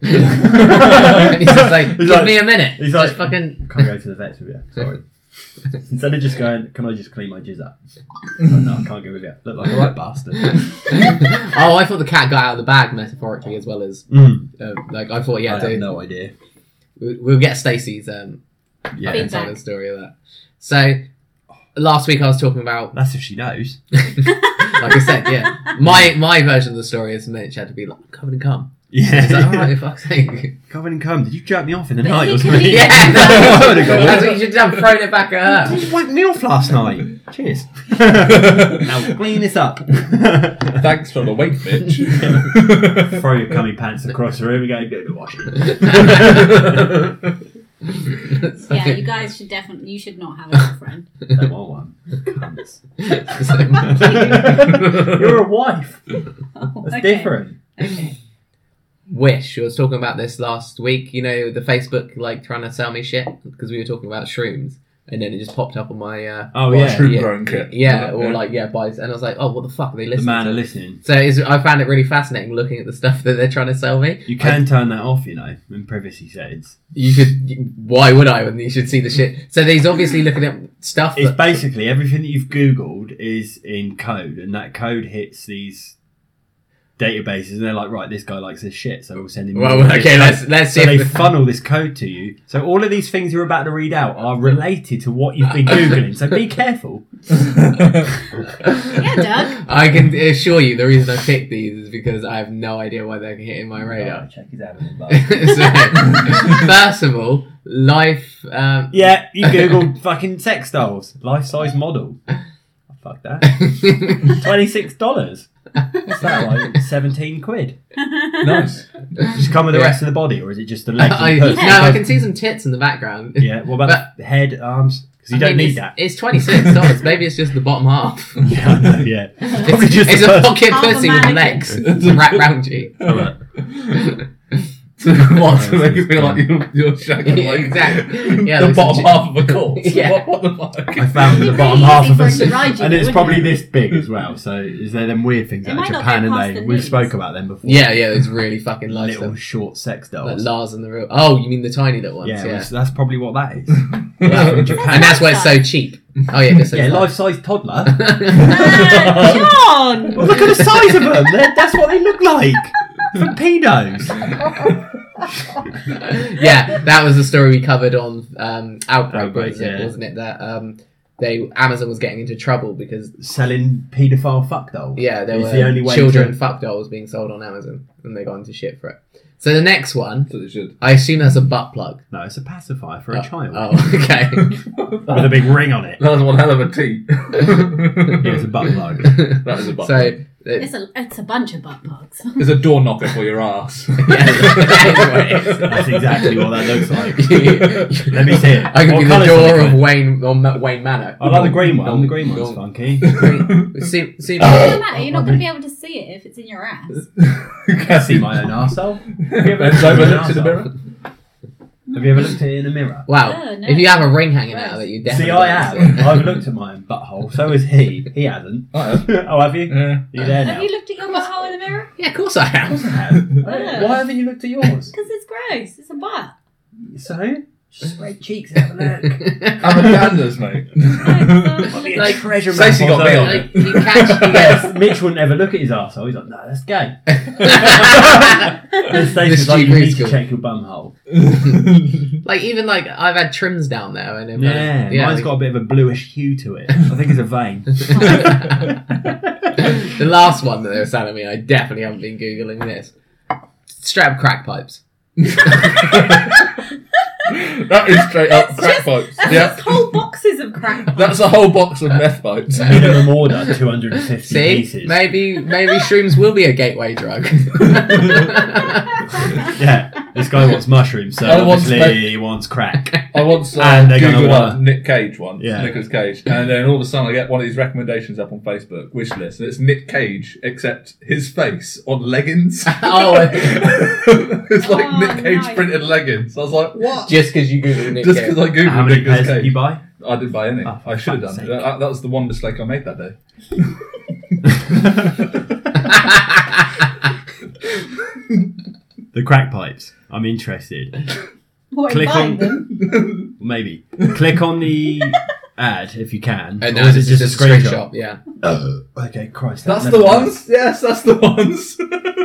S2: and he's just like,
S3: He's
S2: give
S3: like-
S2: me a minute.
S3: he's
S2: He's
S3: like-
S2: like, fucking.
S3: Can't go to the vets with you. Sorry. Instead of just going, can I just clean my jizz up? Oh, no, I can't go with you. Look like a right bastard.
S2: oh, I thought the cat got out of the bag metaphorically as well as
S3: Mm,
S2: uh, like I thought.
S3: I
S2: Yeah,
S3: have
S2: so
S3: no idea.
S2: we- we'll get Stacey's um
S3: Yeah.
S5: Feedback.
S2: inside the story of that. So last week I was talking about
S3: That's if she knows.
S2: like I said, yeah. My my version of the story is Mitch had to be like covered in cum. Is that
S3: Yeah.
S2: alright? Fuck's sake.
S3: Come in and come. Did you jerk me off in the
S5: But
S3: night
S5: he
S3: or
S5: could
S3: something?
S5: do
S2: Yeah,
S5: that.
S3: I would've gone,
S2: that's what you should have done. Thrown it back at her.
S3: You wiped me off last night. Cheers. now clean this up. Throw
S4: Thanks for the wait, bitch.
S3: your cummy pants across the room and go, go to the washing.
S4: That's
S5: Yeah, you guys should definitely. You should not have a girlfriend.
S3: Don't want one. Cunts. You're
S4: You're
S3: a wife. That's different.
S5: Okay.
S2: Wish. I was talking about this last week. You know, the Facebook like trying to sell me shit because we were talking about shrooms, and then it just popped up on my uh,
S3: Oh,
S4: Well,
S3: yeah.
S4: shroom
S2: yeah.
S4: growing kit.
S2: yeah, or like yeah, buys, and I was like, oh, what the fuck are they
S3: The
S2: listening?
S3: man
S2: to?
S3: are listening.
S2: So it's, I found it really fascinating looking at the stuff that they're trying to sell me.
S3: You can turn that off, you know, in privacy settings.
S2: You should. Why would I? When you should see the shit. So he's obviously looking at stuff.
S3: It's
S2: That,
S3: basically everything that you've Googled is in code, and that code hits these databases, and they're like, right, this guy likes this shit, so we'll send him. more of
S2: well,
S3: this
S2: okay,
S3: shit.
S2: let's let's see.
S3: So they
S2: if the-
S3: funnel this code to you. So all of these things you're about to read out are related to what you've been googling. So be careful.
S5: Yeah, Doug.
S2: I can assure you the reason I picked these is because I have no idea why they're hitting my radar.
S3: check his animal
S2: so, first of all, life. Um,
S3: Yeah, you googled fucking sex dolls, life size model. Oh, Fuck that. Twenty six dollars. What's that like? Seventeen quid.
S4: nice.
S3: Just come with the
S2: Yeah.
S3: rest of the body, or is it just the legs?
S2: I,
S3: and
S2: no,
S3: puss?
S2: I can see some tits in the background.
S3: Yeah. What about the head, arms? Because you
S2: I
S3: don't
S2: mean,
S3: need
S2: it's,
S3: that.
S2: It's twenty six dollars. Maybe it's just the bottom half.
S3: yeah. I know, yeah. Probably
S2: It's,
S3: just
S2: it's
S3: the
S2: a
S3: first-
S2: pocket
S5: Half a
S2: pussy with
S5: mannequin.
S2: legs wrapped round you.
S4: To, what, to make you feel like you're, you're shagging
S2: Yeah,
S4: like
S2: exactly. Yeah,
S4: the
S2: there's
S4: bottom
S2: some-
S4: half of a corpse.
S2: Yeah.
S4: What, what the fuck?
S3: I found
S5: It'd
S3: the
S5: be
S3: bottom
S5: pretty
S3: half
S5: easy
S3: of
S5: for
S3: a
S5: him to ride you,
S3: and it's
S5: wouldn't
S3: probably
S5: it?
S3: this big as well. So is there them weird things
S5: It
S3: out
S5: might
S3: of
S5: not
S3: Japan
S5: go
S3: and
S5: past
S3: they
S5: the
S3: we've
S5: knees.
S3: spoke about them before.
S2: Yeah, yeah, it's really fucking life
S3: little
S2: stuff.
S3: short sex
S2: Like
S3: dolls.
S2: Lars and the real. Oh, you mean the tiny little ones?
S3: yeah,
S2: Yeah,
S3: that's- that's probably what that is.
S2: Yeah,
S3: from
S5: Japan.
S2: and that's why it's so cheap. Oh yeah, just so
S3: yeah,
S2: it's
S3: life size toddler.
S5: Uh, John.
S3: well, look at the size of them. They're, that's what they look like. From pedos.
S2: yeah, that was the story we covered on um, Outbreak,
S3: Outbreak,
S2: wasn't, it,
S3: yeah.
S2: wasn't it? That um, they Amazon was getting into trouble because
S3: Selling paedophile fuck dolls.
S2: yeah, there
S3: It's
S2: were
S3: the only way
S2: children
S3: to-
S2: fuck dolls being sold on Amazon, and they got into shit for it. So the next one,
S4: So they should.
S2: I assume that's a butt plug.
S3: No, it's a pacifier for
S2: Oh,
S3: a child
S2: Oh, okay.
S3: with a big ring on it.
S4: That was one hell of a tea.
S3: Yeah, it's a butt plug.
S4: That is a butt
S2: so,
S4: plug.
S2: it-
S5: It's a, it's a bunch of butt plugs.
S4: It's a door knocker for your ass.
S2: Yeah,
S3: That's exactly what that looks
S2: like.
S3: Let me see it.
S2: I could
S3: What
S2: be the
S3: colours are
S2: door
S3: they?
S2: of Wayne on Ma- Wayne Manor.
S3: I like the green one. The green one's
S2: Norm-
S3: funky.
S2: Green- See, see,
S5: It
S3: Oh,
S5: doesn't matter, you're not going to be able to see it if it's in your ass.
S3: I see my own arsehole.
S4: Bends over, looks in the mirror.
S3: Have you ever looked at it in a mirror?
S2: wow.
S5: Oh, no.
S2: If you have a ring hanging out of it, you definitely.
S3: See, I
S2: don't
S3: have.
S2: see it.
S3: I've looked at my own butthole. So has he. He hasn't.
S4: I have.
S3: oh, have you?
S4: Yeah.
S3: You there now?
S5: Have you looked at your butthole in the mirror?
S2: yeah, of course I have.
S5: Ugh.
S3: Why haven't you looked at yours?
S5: Because it's gross. It's a butt.
S3: So? Spread cheeks, have a look.
S4: I'm a Flanders, mate.
S5: Like,
S3: Might be a
S2: Like,
S3: treasure
S4: Stacey
S3: map or
S4: got me
S3: something.
S2: Like, you catch, you get.
S3: Yes, Mitch wouldn't ever look at his arsehole. He's like, no, that's gay. And
S2: This
S3: Stacey's like,
S2: Jeep
S3: you
S2: is
S3: need to
S2: cool."
S3: check your bum hole.
S2: like even like I've had trims down there, and they've
S3: Yeah,
S2: done- yeah,
S3: mine's
S2: we-
S3: got a bit of a bluish hue to it. I think it's a vein.
S2: the last one that they were selling me, I definitely haven't been googling this. Strap crack pipes.
S4: that is straight up
S5: That's
S4: crack
S5: just-
S4: pipes.
S5: That's
S4: Yeah.
S5: just whole boxes of crap.
S4: That's a whole box of meth pipes.
S3: Minimum order, 250
S2: See,
S3: pieces.
S2: maybe maybe shrooms will be a gateway drug.
S3: Yeah, this guy wants mushrooms, so
S4: I want
S3: obviously
S4: spe-
S3: he wants crack.
S4: I once uh,
S3: And they're gonna
S4: googled
S3: wanna-
S4: up Nick Cage once,
S3: Yeah.
S4: Nicolas Cage, and then all of a sudden I get one of these recommendations up on Facebook wish list, and it's Nick Cage except his face on leggings.
S2: oh,
S4: it's like
S5: Oh,
S4: Nick Cage
S5: nice.
S4: printed leggings. I was like, what?
S2: just because you googled Nick
S4: Just
S2: Cage.
S4: because I googled
S3: How many
S4: Nicolas
S3: pairs did
S4: Cage,
S3: you buy?
S4: I didn't buy any.
S3: Oh, for
S4: I should have done.
S3: fuck's
S4: it.
S3: sake.
S4: That, that was the one mistake I made that day.
S3: The crack pipes. I'm interested.
S5: What,
S3: Click
S5: buying
S3: on-
S5: them?
S3: Maybe. Click on the ad if you can.
S2: Uh,
S3: or
S2: no,
S3: is
S2: this
S3: it
S2: is
S3: just, a screenshot? Oh,
S2: Yeah.
S3: Okay, Christ. that
S4: That's
S3: never
S4: the
S3: works.
S4: ones. Yes, that's the ones.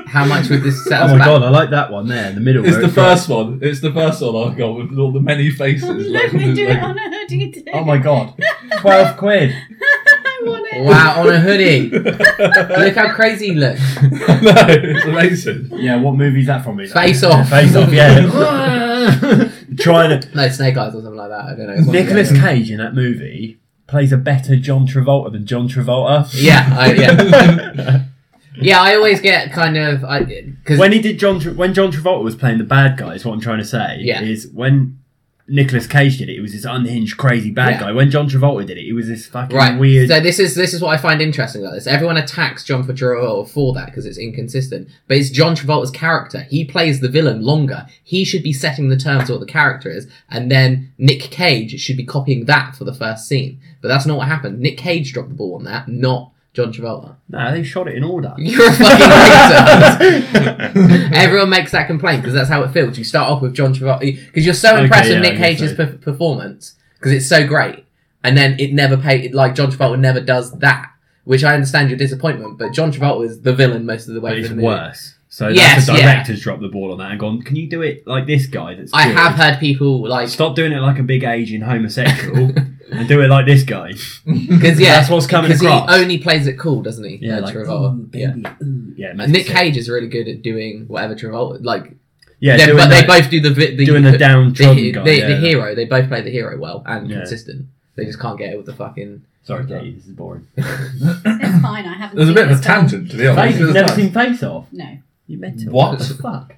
S2: How much would this set
S3: Oh
S2: us
S3: my
S2: back?
S3: god, I like that one there in the middle.
S4: It's
S3: where
S4: the
S3: got-
S4: first one. It's the first one I've got with all the many faces.
S5: Let
S4: like,
S5: me do it
S4: like-
S5: on a hoodie too.
S3: Oh my god. 12 quid.
S5: I want it.
S2: Wow, on a hoodie. Look how crazy he looks.
S4: no, it's amazing.
S3: Yeah, what movie is that from? Is that-
S2: Face
S3: Yeah,
S2: Off.
S3: Face off, yeah. Trying to.
S2: No, Snake Eyes or something like that. I don't know. It's one of
S3: Nicolas
S2: the-
S3: Cage in that movie plays a better John Travolta than John Travolta.
S2: Yeah, I, yeah, yeah. I always get kind of I because
S3: when he did John, Tra- when John Travolta was playing the bad guy, is what I'm trying to say.
S2: Yeah.
S3: Is when Nicolas Cage did it, it was this unhinged, crazy bad
S2: Yeah.
S3: guy. When John Travolta did it, it was this fucking
S2: right.
S3: weird.
S2: So this is this is what I find interesting about this. Everyone attacks John Travolta for that because it's inconsistent, but it's John Travolta's character. He plays the villain longer. He should be setting the terms of what the character is, and then Nick Cage should be copying that for the first scene. But that's not what happened. Nick Cage dropped the ball on that, not John Travolta.
S3: no, they shot it in order.
S2: You're a fucking racist. Everyone makes that complaint because that's how it feels. You start off with John Travolta because you're so
S3: Okay,
S2: impressed
S3: yeah,
S2: with
S3: I
S2: Nick
S3: guess
S2: Cage's
S3: so.
S2: per- performance because it's so great, and then it never paid. Like John Travolta never does that, which I understand your disappointment. But John Travolta is the villain most of the
S3: but
S2: way.
S3: it's
S2: through the movie.
S3: worse. So
S2: Yes,
S3: that's the
S2: yeah.
S3: directors dropped the ball on that and gone. Can you do it like this guy? That's
S2: I
S3: good?
S2: have heard people like
S3: Stop doing it like a big Asian homosexual and do it like this guy.
S2: because yeah,
S3: That's what's coming
S2: because he
S3: across.
S2: only plays it cool, doesn't he?
S3: yeah,
S2: uh,
S3: like,
S2: Travolta.
S3: "Ooh,
S2: yeah.
S3: baby, ooh." yeah. it makes
S2: And Nick
S3: sense.
S2: Cage is really good at doing whatever Travolta like.
S3: Yeah,
S2: they-
S3: doing
S2: but they
S3: the-
S2: both do the vi- the
S3: doing the downtrodden
S2: the,
S3: guy.
S2: the-
S3: yeah.
S2: the hero. They both play the hero well and
S3: Yeah.
S2: consistent. They just can't get it with the fucking.
S3: Sorry, Katie, this is boring.
S5: It's fine, I haven't
S4: There's a
S5: seen
S4: bit of a
S5: this film.
S4: tangent to be honest.
S3: Face,
S4: It was
S3: you've never
S4: nice.
S3: seen Face Off.
S5: No.
S3: You mental.
S4: What?
S3: the fuck?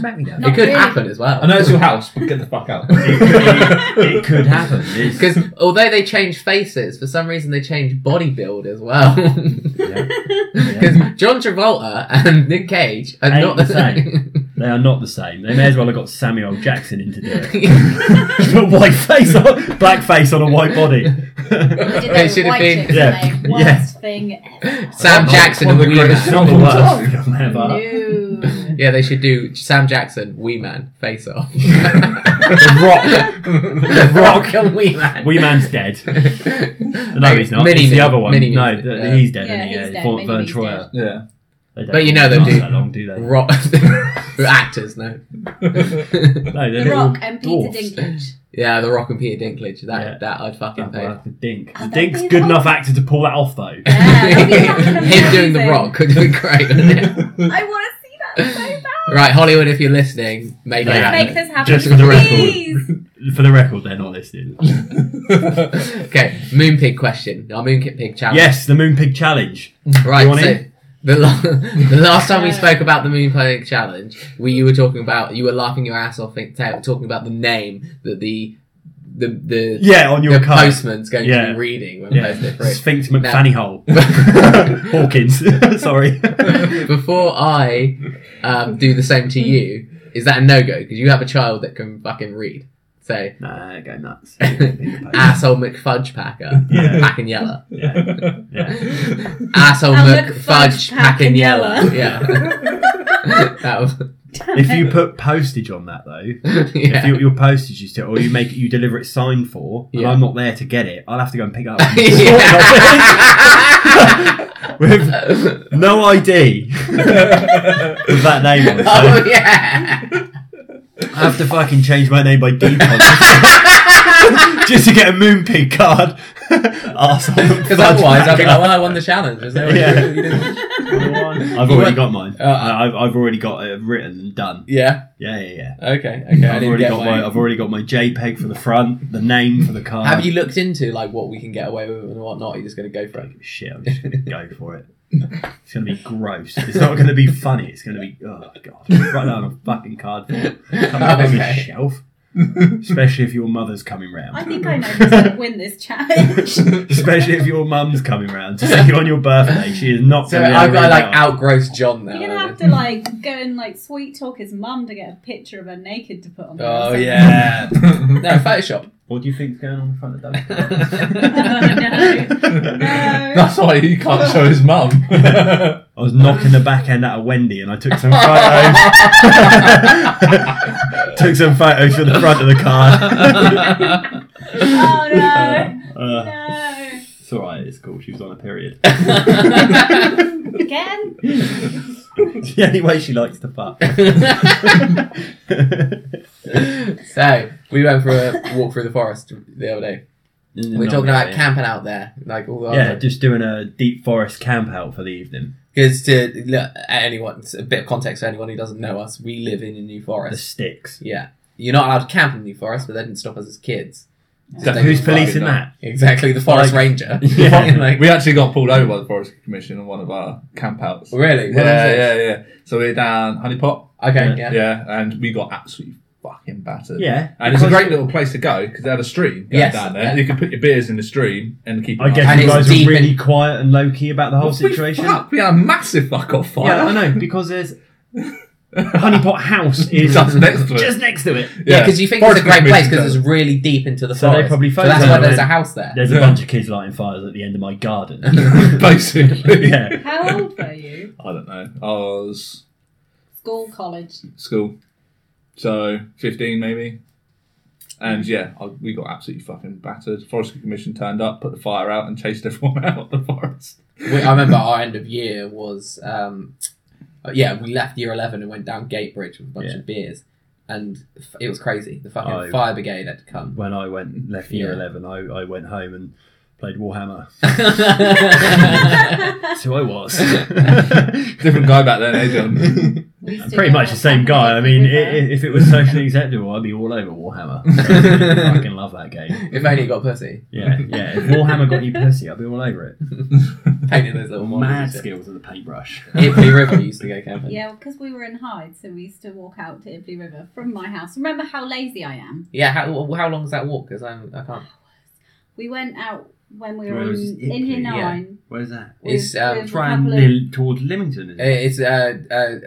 S3: Magneto.
S5: Not
S2: it could
S5: really.
S2: happen as well.
S4: I know it's your house, but get the fuck out.
S3: it could happen. It's-
S2: Because although they change faces, for some reason they change body build as well. Because
S3: Yeah. Yeah.
S2: John Travolta and Nick Cage are
S3: Ain't
S2: not
S3: the
S2: the same.
S3: They are not the same. They may as well have got Samuel Jackson in to do it. Put white face on, black face on a white body.
S5: They did
S2: It
S5: that
S2: should
S5: with
S2: have
S5: white
S2: been-
S5: chicks,
S3: Yeah.
S5: didn't they?
S3: Yeah.
S5: Worst thing ever.
S2: Sam
S4: One
S2: Jackson
S4: of
S2: and
S4: the
S2: Wee
S4: greatest
S2: Man.
S3: Not the
S4: Film
S3: worst film ever.
S5: No.
S2: Yeah, they should do Sam Jackson, Wee Man, face off.
S3: The Rock.
S2: the
S3: Rock.
S2: and Wee Man.
S3: Wee Man's dead.
S2: no,
S3: No, he's not.
S2: Mini
S3: he's the
S2: Man.
S3: other one.
S2: Mini
S3: no,
S2: Man.
S3: th-
S2: Yeah.
S3: he's dead.
S5: Yeah,
S3: isn't he?
S5: he's
S3: yeah,
S5: dead.
S3: Fort
S5: Mini
S3: Vern
S5: Man's
S3: Troyer.
S4: Yeah.
S3: They don't
S2: But you know they
S3: last
S2: do.
S3: that long, do they?
S2: Rock actors, no.
S3: No, they're
S5: The
S3: little
S5: Rock and Peter
S3: dwarfs.
S5: Dinklage.
S2: yeah, The Rock and Peter Dinklage. That
S3: Yeah.
S2: that I'd fucking
S3: That
S2: pay.
S3: worked with Dink.
S5: Oh, that'd
S3: Dink's
S5: be
S3: good
S5: lovely.
S3: enough actor to pull that off though.
S5: Yeah, that'd be fucking
S2: Him doing The
S5: amazing.
S2: Rock could be great. wouldn't it?
S5: I want to see that so bad.
S2: right, Hollywood, if you're listening, make it
S3: Yeah.
S5: Make
S2: happen.
S5: this happen,
S3: Just for the record.
S5: please.
S3: For the record, they're not listening.
S2: Okay, Moonpig question. Our Moonpig challenge.
S3: yes, the Moon Pig Challenge.
S2: Right,
S3: You want
S2: so
S3: in?
S2: the, la- the last time we
S5: Yeah.
S2: spoke about the Moon Planet Challenge, we you were talking about you were laughing your ass off think, ta- talking about the name that the the the,
S3: Yeah, on your
S2: the
S3: card.
S2: postman's going to
S3: Yeah.
S2: be reading when
S3: Yeah.
S2: posted for it.
S3: Sphinx
S2: Now-
S3: McFanny Hole. Hawkins. Sorry.
S2: Before I um, do the same to you, is that a no go? Because you have a child that can fucking read. So
S3: nah, go nuts.
S2: asshole McFudge Packer,
S3: Yeah.
S2: pack and yellow.
S3: Yeah.
S2: Asshole
S5: I'll look
S2: McFudge
S5: fudge, pack
S2: pack and
S5: and
S2: yellow.
S5: yellow.
S2: Yeah. that was,
S3: If you put postage on that though, if
S2: yeah.
S3: you, your postage is to, or you make it, you deliver it signed for, and
S2: Yeah.
S3: I'm not there to get it, I'll have to go and pick it up.
S2: Yeah.
S3: With no ID with that name on it. So
S2: Oh yeah.
S3: I have to fucking change my name by default just to get a Moonpig card. Arsehole.
S2: Because otherwise, I'd be like, well, I won the challenge. Is there
S3: Yeah.
S2: you didn't-
S3: I've
S2: You went-
S3: already got mine.
S2: Uh,
S3: I I've, I've already got it written and done.
S2: yeah.
S3: Yeah, yeah, yeah.
S2: Okay. Okay. I
S3: I've
S2: didn't
S3: already
S2: get
S3: got my,
S2: my.
S3: I've already got my JPEG for the front, the name for the card.
S2: Have you looked into like what we can get away with and what not? You're just gonna go for it.
S3: I don't give a shit. I'm just gonna go for it. It's gonna be gross. It's not gonna be funny. It's gonna be oh god. Right now on a fucking card form. Come up on the
S2: Okay.
S3: shelf. Especially if your mother's coming round.
S5: I think I know who's going to win this challenge.
S3: Especially if your mum's coming round to see you on your birthday. She is not
S2: So
S3: gonna be
S2: I've
S3: able to
S2: got like
S3: read out.
S2: outgross John now.
S5: You're gonna have
S2: haven't
S5: to like go and like sweet talk his mum to get a picture of her naked to put on. there or
S2: Oh,
S5: something.
S2: yeah. I? no Photoshop.
S3: What do you think's going on in front of
S5: Oh, No.
S4: That's why he can't show his mum.
S3: I was knocking the back end out of Wendy and I took some photos. took some photos for the front of the card.
S5: Oh no.
S3: Uh,
S5: No.
S3: It's alright, it's cool. She was on a period.
S5: Again?
S3: It's the only way she likes to fuck.
S2: so we went for a walk through the forest the other day. We We're talking about camping out there, like all the
S3: Yeah, just doing a deep forest camp out for the evening.
S2: Because to look, anyone, a bit of context for anyone who doesn't know us, we live in a New
S3: The
S2: Forest.
S3: sticks.
S2: Yeah, you're not allowed to camp in New Forest, but they didn't stop us as kids.
S3: So
S2: They
S3: who's
S2: were like,
S3: policing
S4: fucking
S3: that?
S2: Exactly, the forest
S3: Like-
S2: ranger.
S3: Yeah.
S2: Like,
S4: we actually got pulled over by the Forest Commission on one of our campouts.
S2: really? What
S4: Yeah,
S2: is
S4: yeah,
S2: it?
S4: yeah. So we're down Honeypot.
S2: Okay,
S4: Yeah.
S2: yeah.
S4: and we got absolutely fucking battered.
S3: Yeah.
S4: And it's a
S3: because-
S4: great little place to go because they had a stream going
S2: Yes,
S4: down there.
S2: yeah.
S4: You could put your beers in the stream and keep.
S3: I
S4: it
S3: guess
S2: And
S3: you
S2: it's
S3: guys are
S2: deep
S3: really
S2: in-
S3: quiet and low key about the whole
S4: Well, we
S3: situation.
S4: fuck, We, had a massive fuck off fire.
S3: Yeah, I know because there's Honeypot House is
S4: Just next to it.
S3: just next to it.
S2: Yeah, because you think
S4: Forest
S2: it's a great
S4: Commission
S2: place because
S4: does.
S2: it's really deep into the
S3: So they
S2: forest.
S3: probably
S2: so that's
S3: photographed
S2: why
S3: it.
S2: there's a house there.
S3: There's a
S4: Yeah.
S3: bunch of kids lighting fires at the end of my garden.
S4: basically.
S3: yeah,
S5: How old were you?
S4: I don't know. I was
S5: School, college.
S4: school, so fifteen maybe.
S3: Mm.
S4: And yeah, I, we got absolutely fucking battered. Forest Commission turned up, put the fire out, and chased everyone out of the forest.
S2: We- I remember our end of year was, um, uh, yeah, we left year 11 and went down Gatebridge with a bunch
S3: Yeah.
S2: of beers. And f- it was crazy. The fucking
S3: Oh.
S2: fire brigade had to come.
S3: when I went left year
S2: Yeah.
S3: eleven, I, I went home and played Warhammer.
S2: yeah,
S3: That's who I was.
S4: Different guy back then, eh, John?
S5: We used to
S3: Pretty
S5: go
S3: much the
S5: out
S3: same
S5: camping
S3: guy. I
S5: in
S3: mean, i-
S5: the river.
S3: i- if it was socially acceptable, I'd be all over Warhammer. I fucking love that game.
S2: if only you got pussy.
S3: Yeah, yeah. If Warhammer got you pussy, I'd be all over it.
S2: Painting those little
S3: Mad
S2: monsters.
S3: skills of the paintbrush.
S2: Hipley River used to go camping.
S5: Yeah, because we were in Hyde, so we used to walk out to Ibley River from my house. Remember how lazy I am?
S2: Yeah, how, how long is that walk? Because I can't.
S5: We went out when we were
S3: Well, it
S5: in,
S3: was Ibley,
S5: in year
S3: yeah.
S5: nine.
S3: Where's that?
S5: with-
S2: It's, um,
S5: with a
S3: Try and
S5: couple of-
S3: li- towards Lymington. Isn't it?
S2: It's uh,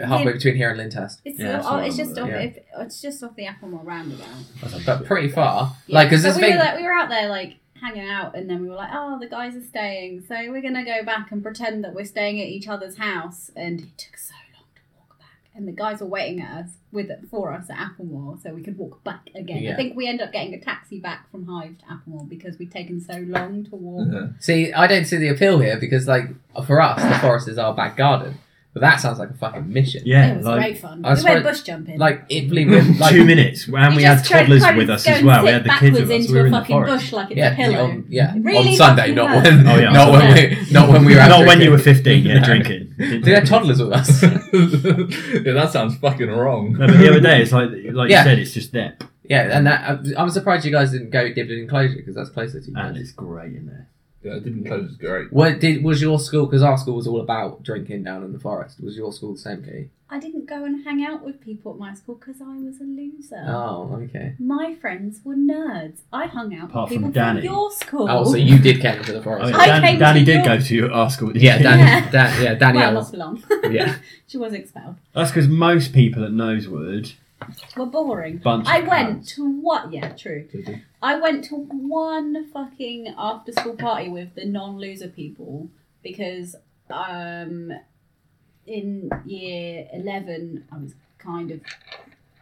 S2: uh, halfway between here and Lyndhurst,
S5: It's,
S3: Yeah, that's
S5: oh,
S3: what I
S5: it's just off.
S2: remember,
S5: If, it's just off the Applemore roundabout.
S2: but pretty far. Like, because
S5: so
S2: this
S5: we
S2: thing.
S5: were like, we were out there like hanging out, and then we were like, oh, the guys are staying, so we're gonna go back and pretend that we're staying at each other's house. And it took so long to walk back, and the guys were waiting at us with for us at Applemore, so we could walk back again.
S2: Yeah.
S5: I think we ended up getting a taxi back from Hive to Applemore because we'd taken so long to walk.
S4: Yeah.
S2: See, I don't see the appeal here because, like, for us, the forest is our back garden. But that sounds like a fucking mission.
S3: Yeah,
S5: it was
S3: like
S5: great fun.
S2: I was
S5: We went
S2: trying-
S5: bush jumping.
S2: Like it blew with like
S3: two minutes, and we
S5: You
S3: had
S5: just tried-
S3: toddlers
S5: tried
S3: with
S5: to
S3: us
S5: go
S3: as
S5: and
S3: well. We
S5: sit
S3: had the kids with
S5: backwards
S3: us.
S5: into
S3: We were
S5: a
S3: in the
S5: fucking
S3: forest.
S5: bush like it's
S2: yeah,
S5: a pillow.
S2: on, yeah.
S5: Really
S2: on Sunday,
S5: fucking
S2: not
S5: hurt.
S2: when,
S3: Oh, yeah, on
S2: not when we, not when we were out
S3: Not when you were
S2: drinking.
S3: fifteen, yeah,
S2: No.
S3: drinking.
S2: They had toddlers with us.
S4: yeah, that sounds fucking wrong.
S3: No, but the other day, it's like like
S2: Yeah.
S3: you said, it's just there,
S2: yeah, and that I'm- I'm surprised you guys didn't go Diblin Enclosure because that's closer to you.
S3: and
S2: guys.
S3: it's great in there.
S4: Yeah, it didn't close. It's great.
S2: What did was your school? Because our school was all about drinking down in the forest. Was your school the same, Katie?
S5: I didn't go and hang out with people at my school because I was a loser.
S2: Oh, okay.
S5: My friends were nerds. I hung out
S3: Apart
S5: with people
S3: from
S5: from,
S3: Danny.
S5: your school.
S2: Oh, so you did come to the
S3: Oh,
S2: forest.
S3: yeah.
S5: I
S3: Dan-
S5: came to
S3: Danny did
S5: your-
S3: go to our school. didn't
S2: Yeah,
S3: she?
S2: Dan,
S5: Yeah.
S2: Dan, yeah,
S5: well,
S2: Danielle.
S5: not for long.
S2: yeah,
S5: she was expelled.
S3: That's because most people at Nosewood
S5: We're boring.
S3: bunch.
S5: I
S3: of
S5: went
S3: cunts.
S5: to what? Yeah, true.
S4: Did you?
S5: I went to one fucking after school party with the non loser people because um, in year 11, I was kind of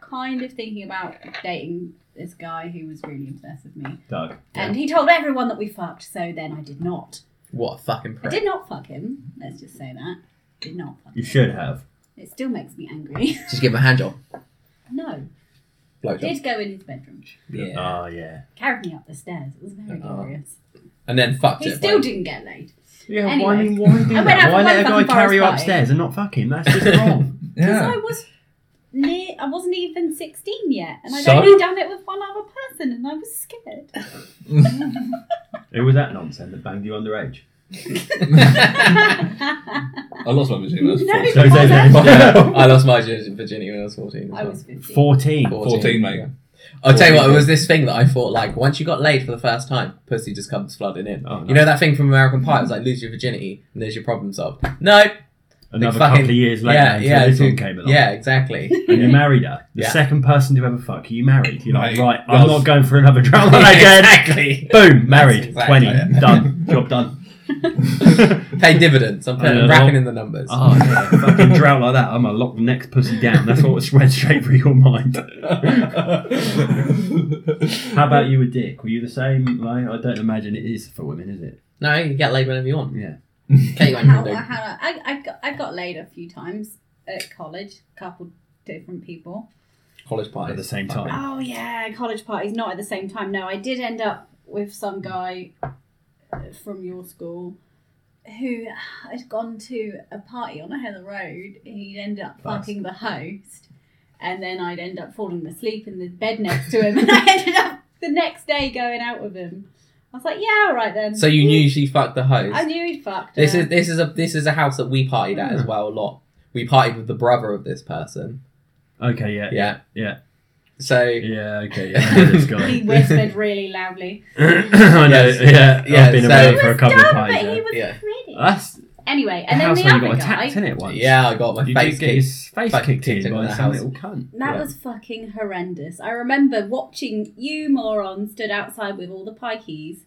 S5: kind of thinking about dating this guy who was really obsessed with me.
S3: Doug.
S5: And he told everyone that we fucked, so then I did not.
S2: what a fucking
S5: I
S2: prick.
S5: did not fuck him, let's just say that. Did not fuck
S3: You
S5: him.
S3: should have.
S5: It still makes me angry.
S2: Just give him a hand job.
S5: no.
S2: Blowjob. Uh,
S5: Did go in his bedroom.
S2: yeah.
S3: Oh yeah.
S5: Carried me up the stairs. It was very
S3: uh,
S2: Oh.
S5: glorious.
S2: And then fucked
S5: He
S2: it.
S5: still
S2: by-
S5: didn't get laid.
S3: Yeah. Why?
S5: Anyway.
S3: I mean, why do
S5: I went out
S3: that? Why
S5: for one
S3: let a guy
S5: fucking
S3: carry you
S5: forest
S3: upstairs and not fuck him? That's just wrong.
S5: Because
S4: Yeah.
S5: I was near I wasn't even sixteen yet and I'd
S4: So?
S5: only done it with one other person and I was scared.
S3: Who was that nonsense that banged you underage?
S4: I lost my virginity. when I was
S5: No.
S4: 14.
S5: So
S3: Jose
S5: then-
S3: Lopez.
S2: yeah, I lost my virginity when I was fourteen. as
S5: I
S2: well.
S5: was fifteen.
S3: Fourteen.
S4: 14, mate.
S2: yeah. I'll tell you what, it
S4: 14,
S2: was this thing that I thought, like, once you got laid for the first time, pussy just comes flooding in.
S3: Oh, no.
S2: You know that thing from American Pie? It's like, lose your virginity, and there's your problem solved. No!
S3: Another
S2: fucking-
S3: couple of years later,
S2: yeah,
S3: until
S2: yeah,
S3: this
S2: dude.
S3: one came along.
S2: Yeah, exactly.
S3: And you married her. The
S2: Yeah.
S3: second person to ever fuck you, you married. You're like,
S4: Mate,
S3: right,
S4: that
S3: I'm
S4: was-
S3: not going for another drama again.
S2: exactly.
S3: Boom, married.
S2: That's exactly
S3: 20.
S2: it.
S3: Done. Job done.
S2: Pay dividends. I'm
S3: I know.
S2: putting, wrapping in the numbers.
S3: Oh, yeah. fucking drought like that. I'm going to lock the next pussy down. That's what went straight through your mind. How about you with Dick? Were you the same? Like, I don't imagine it is for women, is it?
S2: No, you can get laid whenever you want.
S3: Yeah.
S2: Kate went
S5: How,
S2: to do.
S5: how, I, I, got, I got laid a few times at college, couple different people.
S2: college parties.
S3: At the same time.
S5: Oh yeah, college parties. Not at the same time. No, I did end up with some guy uh, from your school who had gone to a party on a Heather Road. He'd end up
S3: Class.
S5: fucking the host, and then I'd end up falling asleep in the bed next to him, and I ended up the next day going out with him. I was like, yeah, all right then.
S2: So you knew she fucked the host.
S5: I knew he'd fucked.
S2: This
S5: her.
S2: is this is a this is a house that we partied at as well a lot. We partied with the brother of this person.
S3: Okay, yeah. Yeah,
S2: Yeah.
S3: Yeah.
S2: So
S3: okay. Yeah, I know this
S5: He
S3: guy.
S5: whispered really loudly.
S3: I know,
S2: Yes.
S3: yeah,
S2: Yeah,
S3: I've been
S2: so-
S3: around
S5: He
S3: for a
S5: was
S3: couple of
S5: dumb,
S3: pies.
S5: but
S3: yeah.
S5: he was
S2: Yeah.
S5: pretty.
S3: That's
S5: anyway, and then
S3: house
S5: the
S3: when he
S5: other
S3: got
S5: guy.
S3: attacked in it once.
S2: yeah, I got my
S3: you
S2: face
S3: did get
S2: kicked.
S3: his face
S2: fucking
S3: kicked
S2: kicked
S3: in
S2: in
S3: by
S2: the
S3: some
S2: house.
S3: little cunt.
S5: That
S3: Yeah.
S5: was fucking horrendous. I remember watching you morons stood outside with all the pikeys,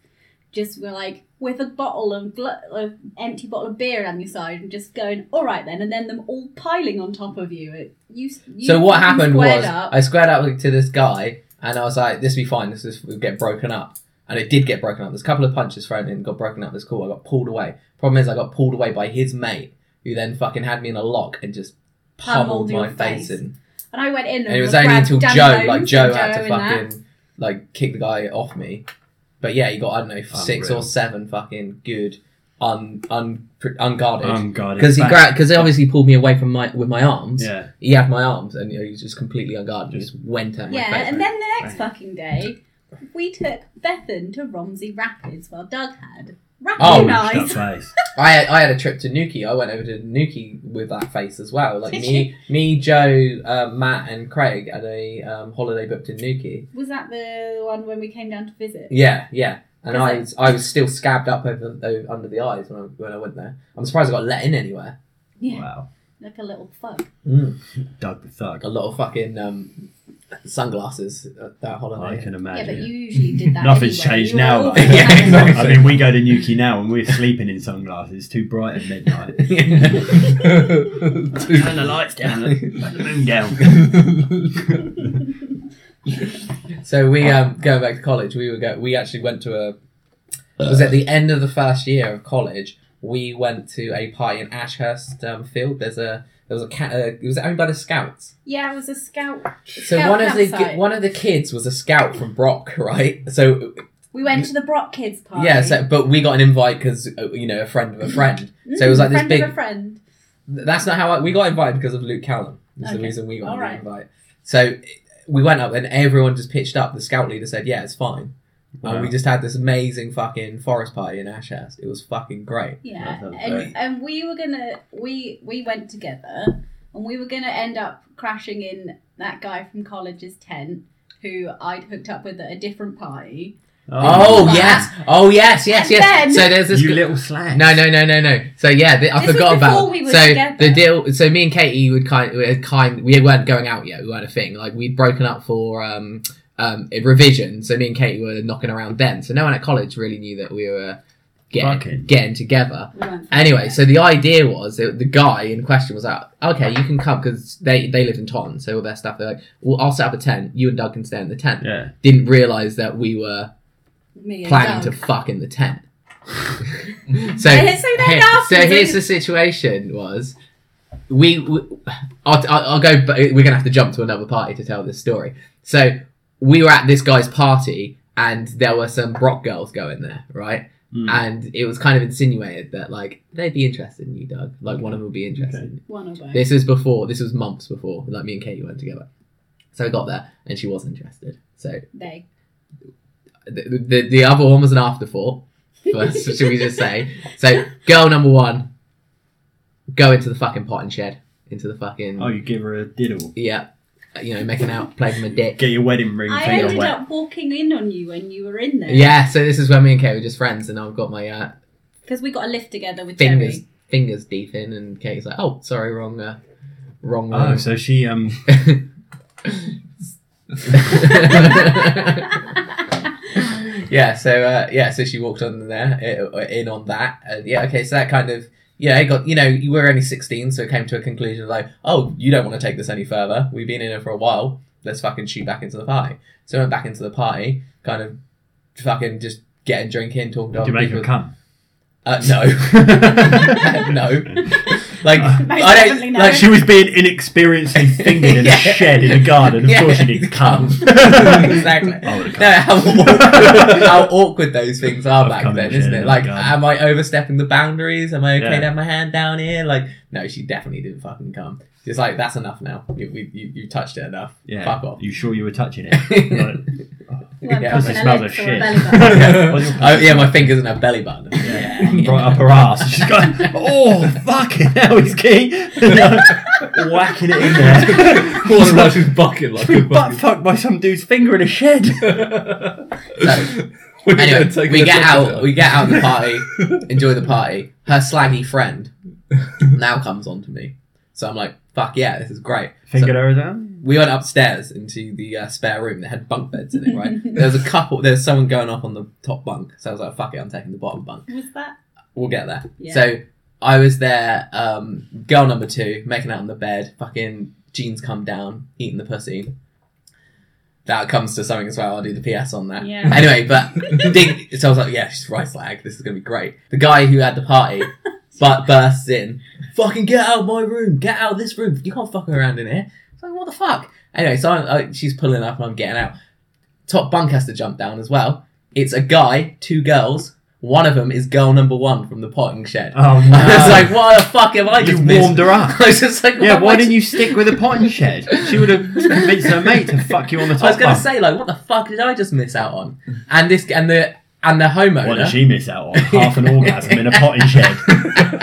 S5: just were like with a bottle of gl- of empty bottle of beer on your side and just going, all right then, and then them all piling on top of you. It, you, you
S2: So what
S5: fucking
S2: happened
S5: squared
S2: was
S5: up.
S2: I squared up to this guy and I was like, "This will be fine. This is will get broken up." And it did get broken up. There's a couple of punches thrown in, got broken up. This cool. I got pulled away. Problem is, I got pulled away by his mate, who then fucking had me in a lock and just pummeled
S5: Pummeled your
S2: my face
S5: face.
S2: in.
S5: and I went in, and,
S2: And it was
S5: grabbed
S2: only until
S5: Dan
S2: Joe,
S5: Holmes
S2: like
S5: and
S2: Joe, had to
S5: and that.
S2: fucking like kick the guy off me. But yeah, he got I don't know six
S3: Unreal.
S2: or seven fucking good, un un unguarded.
S3: Um, God,
S2: because he
S3: it's
S2: grabbed, because he obviously pulled me away from my with my arms.
S3: Yeah.
S2: He had my arms, and you know, he was just completely unguarded. He just went at my
S5: Yeah,
S2: face.
S5: and then the next fucking day, we took Bethan to Romsey Rapids while Doug had Rapids
S2: Oh,
S5: eyes.
S3: That face.
S2: I had, I had a trip to Nuki. I went over to Nuki with that face as well. Like
S5: Did
S2: me, me, Joe, uh, Matt, and Craig had a um, holiday booked in Nuki.
S5: Was that the one when we came down to visit?
S2: Yeah, yeah. And
S5: Is
S2: I,
S5: it-
S2: was- I was still scabbed up over, over under the eyes when I, when I went there. I'm surprised I got let in anywhere.
S5: Yeah,
S3: Wow.
S5: like a little fuck.
S2: Mm.
S3: Doug the thug.
S2: A lot of fucking um, sunglasses at that
S3: I
S2: holiday.
S3: can
S5: Yeah, but
S3: imagine.
S5: you usually did that.
S3: Nothing's
S5: anyway.
S3: changed
S5: You were
S3: now.
S5: all-
S3: Like.
S2: Yeah, exactly.
S3: I mean, we go to Nuki now and we're sleeping in sunglasses. It's too bright at midnight. Turn the lights down. Let the moon down.
S2: so we um, going
S5: Uh.
S2: back to college. We were go- we actually went to a. It was at the end of the first year of college. we went to a party in Ashurst um, Field. There's a there was a cat. Uh, it was owned by the Scouts.
S5: Yeah, I was a scout.
S2: So
S5: Scout
S2: one of the
S5: campsite.
S2: ki- one of the kids was a Scout from Brock, right? So
S5: We went to the Brock Kids party.
S2: yeah, so, but we got an invite because you know a friend of a friend. So it was
S5: Mm,
S2: like this
S5: friend of
S2: big-
S5: a friend.
S2: That's not how I, we got invited because of Luke Callum. That's the
S5: Okay.
S2: reason we got
S5: All
S2: the
S5: right.
S2: invite. So we went up and everyone just pitched up. The scout leader said, "Yeah, it's fine."
S3: Wow.
S2: And we just had this amazing fucking forest party in Ashurst. It was fucking great.
S5: Yeah,
S3: That sounds
S5: and,
S3: great.
S5: and we were gonna we we went together, and we were gonna end up crashing in that guy from college's tent who I'd hooked up with at a different party.
S2: Oh,
S5: Wow.
S2: yes! Oh yes! Yes!
S5: And
S2: yes!
S5: then-
S2: so there's this.
S3: you
S2: g-
S3: little slag.
S2: no, no, no, no, no. So yeah, the, I
S5: This was
S2: forgot about.
S5: before we were
S2: so
S5: together.
S2: the deal. So me and Katie would kind, we had kind, we weren't going out yet. We weren't a thing. Like we'd broken up for um, um, a revision. So me and Katie were knocking around then. So no one at college really knew that we were getting
S3: Fucking.
S2: getting together.
S5: We weren't friends
S2: Anyway,
S5: yet.
S2: so the idea was that the guy in question was like, okay, you can come because they, they lived in Taunton, so all their stuff. They're like, well, I'll set up a tent. You and Doug can stay in the tent.
S3: Yeah.
S2: Didn't realize that we were
S5: me and
S2: planning
S5: Doug.
S2: to fuck in the tent. so
S5: And so then
S2: here- so
S5: afterwards-
S2: here's the situation was we, we I'll, I'll, I'll go but we're gonna have to jump to another party to tell this story so we were at this guy's party and there were some brock girls going there right
S3: Mm.
S2: and it was kind of insinuated that like they'd be interested in you doug like one of them would be interested in you.
S5: one of us.
S2: this is before this was months before like me and katie went together so i got there and she was interested so
S5: They.
S2: the, the, the other one was an afterthought. First, should we just say? So, girl number one, go into the fucking pot and shed, into the fucking
S3: Oh, you give her a diddle.
S2: yeah, you know, making out, playing with my dick.
S3: Get your wedding ring
S5: I
S3: finger
S5: ended
S3: wet.
S5: up walking in on you when you were in there.
S2: Yeah, so this is when me and Kate were just friends, and I've got my uh,
S5: Because we got a lift together with
S2: fingers
S5: Jerry.
S2: fingers deep in, and Kate's like, "Oh, sorry, wrong, uh, wrong."
S3: Oh,
S2: room."
S3: so she um.
S2: yeah, so uh, yeah, so she walked on there, uh, in on that, and yeah, okay, so that kind of yeah, it got you know you were only sixteen, so it came to a conclusion like, oh, you don't want to take this any further. We've been in it for a while. Let's fucking shoot back into the party. So I went back into the party, kind of fucking just getting drinking, talking to
S3: Did
S2: other
S3: you make her
S2: people.
S3: come?
S2: Uh, no, no, like
S5: Most
S2: I
S5: definitely
S2: don't
S5: no.
S2: like
S3: She was being inexperienced and fingered in
S2: Yeah.
S3: a shed in a garden. Of
S2: Yeah.
S3: course, she didn't come.
S2: exactly.
S3: I would have
S2: No, how awkward, how awkward those things are
S3: I've
S2: back
S3: come
S2: then,
S3: in
S2: isn't
S3: here,
S2: it? Like,
S3: God.
S2: am I overstepping the boundaries? Am I okay
S3: Yeah.
S2: to have my hand down here? Like, no, she definitely didn't fucking come. She's like, that's enough now. You, we, you, you touched it enough.
S3: Yeah.
S2: Fuck off.
S3: You sure you were touching it? Like,
S5: Weren't
S2: Yeah.
S5: popping
S3: It
S5: a
S3: smells
S5: lift
S3: of
S5: or a
S3: shit.
S5: belly button.
S2: Yeah.
S3: What's your-
S2: oh, yeah, my finger's in her belly button. Yeah.
S3: right up her ass. She's going, oh, fucking hell, he's gay. Whacking it in there.
S4: Falling around his bucket like a
S3: Butt
S4: bucket.
S3: fucked by some dude's finger in a shed.
S4: We're gonna
S2: Anyway,
S4: take
S2: we
S4: the
S2: get
S4: top of
S2: out,
S4: it.
S2: we get out of the party, enjoy the party. Her slaggy friend now comes on to me, so I'm like, "Fuck yeah, this is great." So-
S3: Fingered her down.
S2: we went upstairs into the uh, spare room that had bunk beds in it, right? there was a couple, there was someone going off on the top bunk, so I was like, fuck it, I'm taking the bottom bunk.
S5: Was that?
S2: We'll get there.
S5: Yeah.
S2: So I was there, um, girl number two, making out on the bed, fucking jeans come down, eating the pussy. That comes to something as well, I'll do the PS on that.
S5: Yeah.
S2: Anyway, but ding, so I was like, yeah, she's right slag, this is gonna be great. The guy who had the party but bursts in, fucking get out of my room, get out of this room, you can't fuck her around in here. It's like, what the fuck? Anyway, so I'm, I, she's pulling up and I'm getting out. Top bunk has to jump down as well. It's a guy, two girls, one of them is girl number one from the potting shed.
S3: Oh,
S2: I was like, what the fuck have I
S3: you
S2: just missed?
S3: warmed her up.
S2: I was just like,
S3: Yeah,
S2: what
S3: why
S2: am I
S3: didn't you stick with a potting shed? She would have convinced her mate to fuck you on the top
S2: I was gonna
S3: bunk.
S2: say like, what the fuck did I just miss out on? And this and the and the homeowner.
S3: What did she miss out on? Half an orgasm in a potting shed.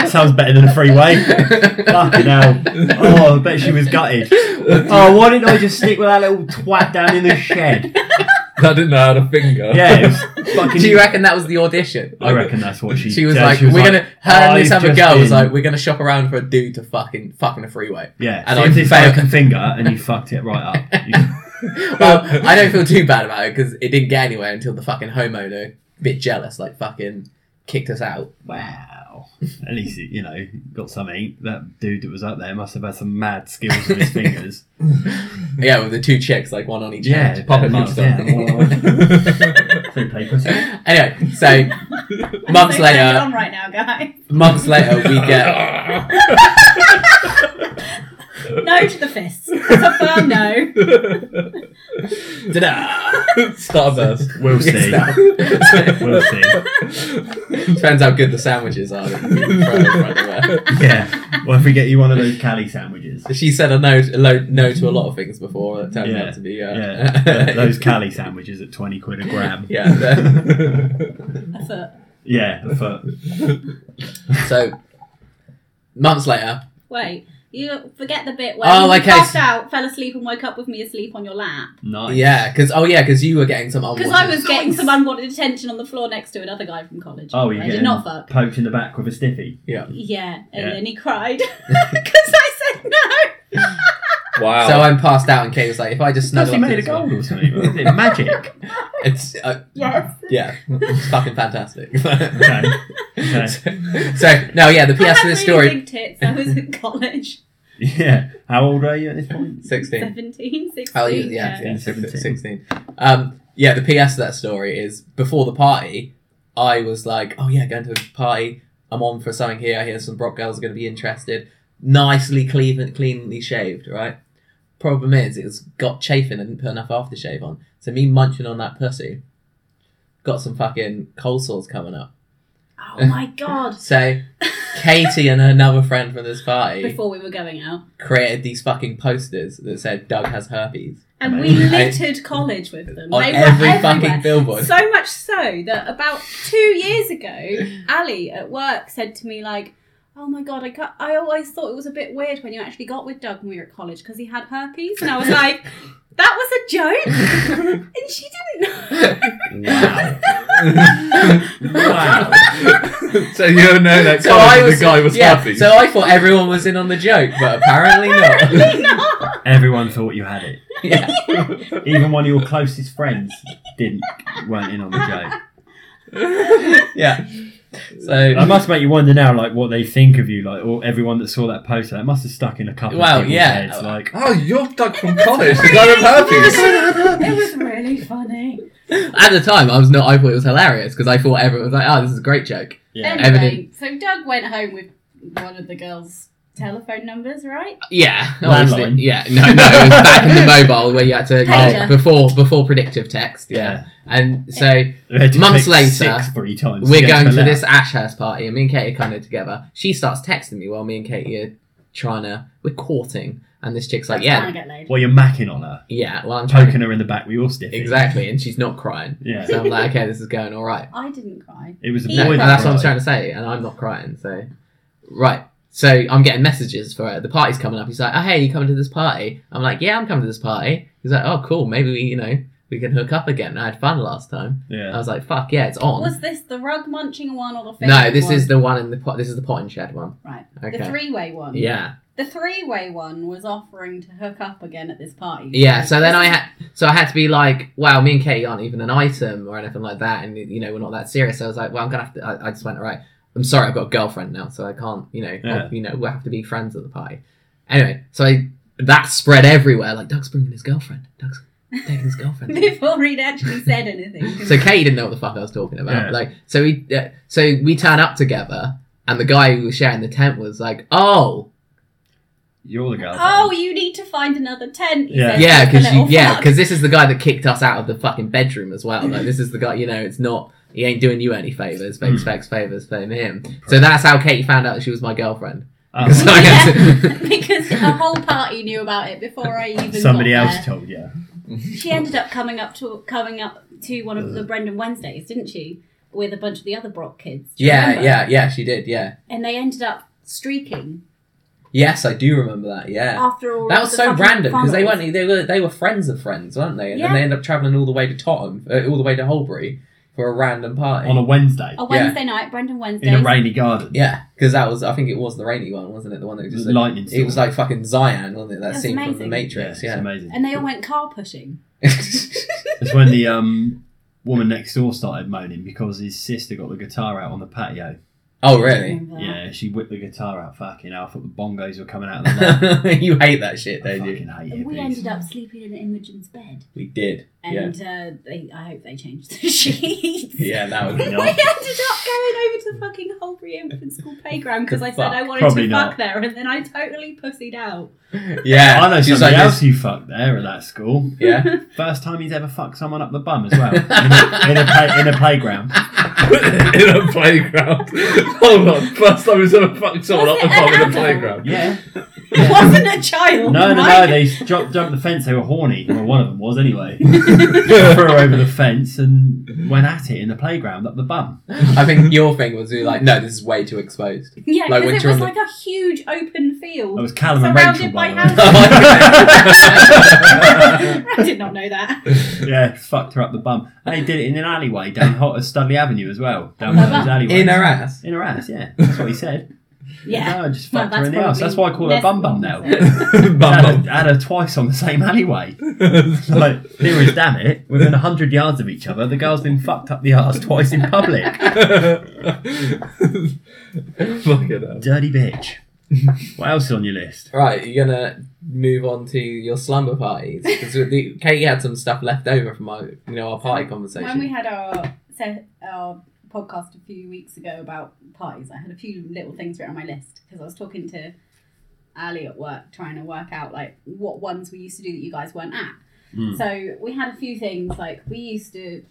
S3: Sounds better than a freeway. Fucking hell. Oh, I bet she was gutted. Oh, why didn't I just stick with that little twat down in the shed?
S4: I didn't know how to finger.
S3: Yeah, it was fucking.
S2: Do you reckon that was the audition?
S3: I reckon that's what she.
S2: She was
S3: yeah,
S2: like, "We're gonna." Her and this
S3: "I've
S2: other
S3: just
S2: girl was
S3: been-
S2: like, "We're gonna shop around for a dude to fucking fucking a freeway."
S3: yeah."
S2: and
S3: so
S2: I
S3: if this guy
S2: failed.
S3: can finger and you fucked it right up. You-
S2: Well, I don't feel too bad about it because it didn't get anywhere until the fucking homeowner, bit jealous, like fucking kicked us out.
S3: wow. At least you know got something. That dude that was up there must have had some mad skills with his fingers.
S2: Yeah, with the two chicks, like one on each.
S3: Yeah,
S2: hand.
S4: Puppet
S3: yeah,
S4: master.
S3: yeah. Three papers.
S2: Anyway, so Months
S5: So
S2: later.
S5: turn it on right now, guys.
S2: Months later, Uh, we get
S5: No to the fists. It's a firm no.
S2: ta-da!
S4: Starburst.
S3: We'll see. we'll see.
S2: Depends how good the sandwiches are. that you throw in front of her.
S3: Yeah. Well, if we get you one of those Cali sandwiches.
S2: She said a no, a lo- no to a lot of things before. It turned
S3: Yeah.
S2: out to be uh,
S3: Yeah. th- those Cali sandwiches at 20 quid a gram.
S2: yeah. the-
S5: A foot.
S3: Yeah. For,
S2: So months later,
S5: Wait. You forget the bit where
S2: Oh,
S5: you
S2: okay.
S5: passed out, fell asleep, and woke up with me asleep on your lap.
S3: nice.
S2: yeah, because oh yeah, because you were getting some
S5: Because
S2: unwanted.
S5: I was getting some unwanted attention on the floor next to another guy from college.
S3: Oh, you're
S5: I did
S3: getting-
S5: not fuck.
S3: Poked in the back with a stiffy.
S2: yeah.
S5: Yeah, and
S3: Yeah.
S5: then he cried because I said no.
S4: Wow.
S2: So I'm passed out, and Kate was like, "If I just
S3: Plus,
S2: snuggle
S3: he
S2: up to
S3: made a
S2: this one-
S3: goal or something. What is it? Magic.
S2: It's uh,
S5: Yes.
S2: yeah, it's fucking fantastic.
S3: Okay. okay.
S2: so no, yeah, the
S5: I
S2: PS
S5: had
S2: to this
S5: really
S2: story.
S5: big tits. I was in college.
S3: Yeah. How old are you at this point?
S2: Sixteen.
S5: 17, 16.
S2: Oh yeah, yeah,
S3: Yeah,
S2: yeah,
S3: 17.
S2: 16. Um, yeah, the PS to that story is before the party, I was like, oh yeah, going to a party. I'm on for something here. I hear some Brock girls are going to be interested. Nicely clean, cleanly shaved, right? Problem is, it's got chafing and didn't put enough aftershave on. So me munching on that pussy, got some fucking cold sores coming up.
S5: Oh my god.
S2: So Katie and another friend from this party
S5: Before we were going out.
S2: created these fucking posters that said Doug has herpes
S5: And we
S3: Amazing.
S5: littered college with them.
S2: on
S5: they
S2: every
S5: were everywhere.
S2: fucking billboard.
S5: So much so that about two years ago, Ali at work said to me like, "Oh my god, I ca- I always thought it was a bit weird when you actually got with Doug when we were at college because he had herpes," and I was like, "That was a joke," and she didn't know.
S3: Wow. wow.
S4: so you don't know that
S2: So
S4: guy-
S2: I was
S4: the guy was
S2: yeah,
S4: happy.
S2: So I thought everyone was in on the joke, but apparently not.
S5: Apparently not.
S3: Everyone thought you had it.
S2: yeah.
S3: Even one of your closest friends didn't weren't in on the joke.
S2: yeah.
S3: That
S2: So
S3: must make you wonder now, like what they think of you, like or everyone that saw that poster. That must have stuck in a couple
S2: Well,
S3: of people's
S2: yeah.
S3: heads. Like,
S4: oh, you're Doug from college, the guy with herpes.
S5: it was really funny.
S2: at the time, I was not. I thought it was hilarious because I thought everyone was like, "Oh, this is a great joke."
S3: yeah,
S5: Anyway,
S2: Evident.
S5: so Doug went home with one of the girls' telephone numbers, right?
S2: Yeah.
S3: Landline.
S2: Obviously. Yeah. No. No. It was back in the mobile where you had to
S5: Pager.
S2: before before predictive text. Yeah. And so
S3: They had to
S2: Months
S3: click
S2: later,
S3: six three times.
S2: we're
S3: get
S2: going to
S3: let
S2: this Ashurst party, and me and Katie are kind of together. She starts texting me while me and Katie are trying to we're courting, and this chick's like,
S5: Trying
S2: "Yeah,
S5: to get laid.
S3: out. Well, you're macking on her,
S2: yeah." Well, I'm trying
S3: poking
S2: to,
S3: her in the back with your stiffy.
S2: exactly, and she's not crying.
S3: Yeah,
S2: So I'm like, okay, this is going all right.
S5: I didn't cry.
S3: it was a
S5: No,
S2: No,
S3: boy.
S2: and
S3: that
S2: that's what I'm
S3: cried.
S2: trying to say, and I'm not crying. So, right. So I'm getting messages for it. The party's coming up. He's like, oh hey, you coming to this party? I'm like, yeah, I'm coming to this party. He's like, oh cool, maybe we, you know, we can hook up again. I had fun last time. I
S3: Yeah,
S2: was like, fuck yeah, it's on.
S5: Was this the rug munching one or the finger
S2: no, this
S5: one?
S2: is the one in the pot. This is the pot and shed one.
S5: right
S2: Okay.
S5: the three way one.
S2: yeah,
S5: the three way one was offering to hook up again at this party.
S2: yeah. So then I had, so I had to be like, wow, me and Katie aren't even an item or anything like that, and you know, we're not that serious. So I was like, well, I'm gonna have to. I, I just went all right. I'm sorry, I've got a girlfriend now, so I can't, you know,
S3: Yeah.
S2: you know, we'll have to be friends at the party. Anyway, so I, that spread everywhere. Like Doug's bringing his girlfriend. Doug's taking his girlfriend.
S5: before he'd actually said anything.
S2: so Kay didn't know what the fuck I was talking about.
S3: Yeah.
S2: Like, so we, uh, so we turn up together, and the guy who was sharing the tent was like, "Oh,
S3: you're the girl.
S5: oh, you need to find another tent. he
S3: Yeah.
S5: said,
S2: yeah,
S5: like a
S2: because you,
S5: little
S2: yeah,
S5: fuck.
S2: 'cause this is the guy that kicked us out of the fucking bedroom as well. Like, this is the guy. You know, it's not. He ain't doing you any favors. Fakes,
S3: Mm.
S2: fakes, favors, fame him. So that's how Katie found out that she was my girlfriend.
S3: Oh,
S2: Because I had to-
S5: because the whole party knew about it before I even
S3: somebody
S5: got
S3: else
S5: there.
S3: told you.
S5: She ended up coming up to coming up to one
S3: Uh.
S5: of the Brendan Wednesdays, didn't she? With a bunch of the other Brock kids. Do you
S2: yeah,
S5: remember?
S2: yeah, yeah. She did. Yeah.
S5: And they ended up streaking
S2: Yes, I do remember that. Yeah.
S5: after all.
S2: That
S5: of
S2: was
S5: Oh, the
S2: so
S5: fucking
S2: random because they
S5: funnels.
S2: weren't. They were. They were friends of friends, weren't they? And then
S5: Yeah.
S2: they end up traveling all the way to Tottenham, uh, all the way to Holbury for a random party.
S3: on a Wednesday
S5: A
S2: Yeah.
S5: Wednesday night, Brendan Wednesday.
S3: in a rainy garden.
S2: yeah, because that was. I think it was the rainy one, wasn't it? The one that was just. Like,
S3: lightning.
S2: it was like fucking Zion, wasn't it? That
S5: That's
S2: scene from The
S5: amazing.
S2: Matrix.
S3: it's
S2: Yeah.
S3: amazing.
S5: And they all went car pushing.
S3: It's when the um woman next door started moaning because his sister got the guitar out on the patio
S2: Oh, really?
S5: Remember that.
S3: Yeah, she whipped the guitar out. Fucking hell, I thought the bongos were coming out of the lap.
S2: you hate that shit,
S3: I
S2: don't you?
S3: fucking hate
S5: And we
S3: hippies.
S5: ended up sleeping in Imogen's bed,
S2: Oh, We did. Yeah.
S5: and uh, they, I hope they changed the sheets.
S2: Yeah, that
S5: We
S2: was.
S5: ended
S3: No.
S5: up going over to the fucking Holbury Infant School playground because I said I wanted
S3: Probably
S5: to
S3: not.
S5: fuck there, and then I totally pussied out.
S2: Yeah.
S3: I know
S2: She's
S3: somebody
S2: like
S3: else
S2: this-
S3: who fucked there at that school.
S2: Yeah.
S3: First time he's ever fucked someone up the bum as well in a, in a, play, in a playground.
S4: in a playground. Hold on, first time he's ever fucked someone up
S5: Was
S4: the
S5: it
S4: bum in
S5: an
S4: a
S5: adult?
S4: playground.
S3: Yeah.
S5: It wasn't a child.
S3: No, no, no.
S5: right?
S3: They jumped, jumped the fence. They were horny. Well, one of them was anyway. threw her over the fence and went at it in the playground up the bum.
S2: I think your thing was you're like, no, this is way too exposed.
S5: Yeah,
S2: Like
S5: because
S2: when
S5: it
S2: you're
S5: was
S2: on
S5: like a huge
S3: That
S5: open field.
S3: was Callum and Rachel.
S5: Surrounded by
S3: By the
S5: houses.
S3: way.
S5: I did not know that.
S3: yeah, fucked her up the bum. And they did it in an alleyway down Hot Studley Avenue as well. Down one of those alleyways.
S2: In her ass.
S3: In her ass, yeah. That's what he said.
S5: Yeah.
S3: No, I just
S5: Well,
S3: fucked her in the
S5: that's
S3: ass. That's why I call her bum
S5: probably
S3: bum
S5: less
S3: now.
S5: than
S4: bum
S3: I had,
S4: bum.
S3: her, had her twice on the same alleyway. Like, here is damn it, within 100 yards of each other, the girl's been fucked up the ass twice in public.
S4: Fucking hell.
S3: Dirty bitch. What else is on your list?
S2: Right, you're gonna move on to your slumber parties because Katie had some stuff left over from our, you know, our party conversation.
S5: When we had our se- our podcast a few weeks ago about parties, I had a few little things written on my list because I was talking to Ali at work, trying to work out like what ones we used to do that you guys weren't at.
S3: Mm.
S5: So we had a few things like we used to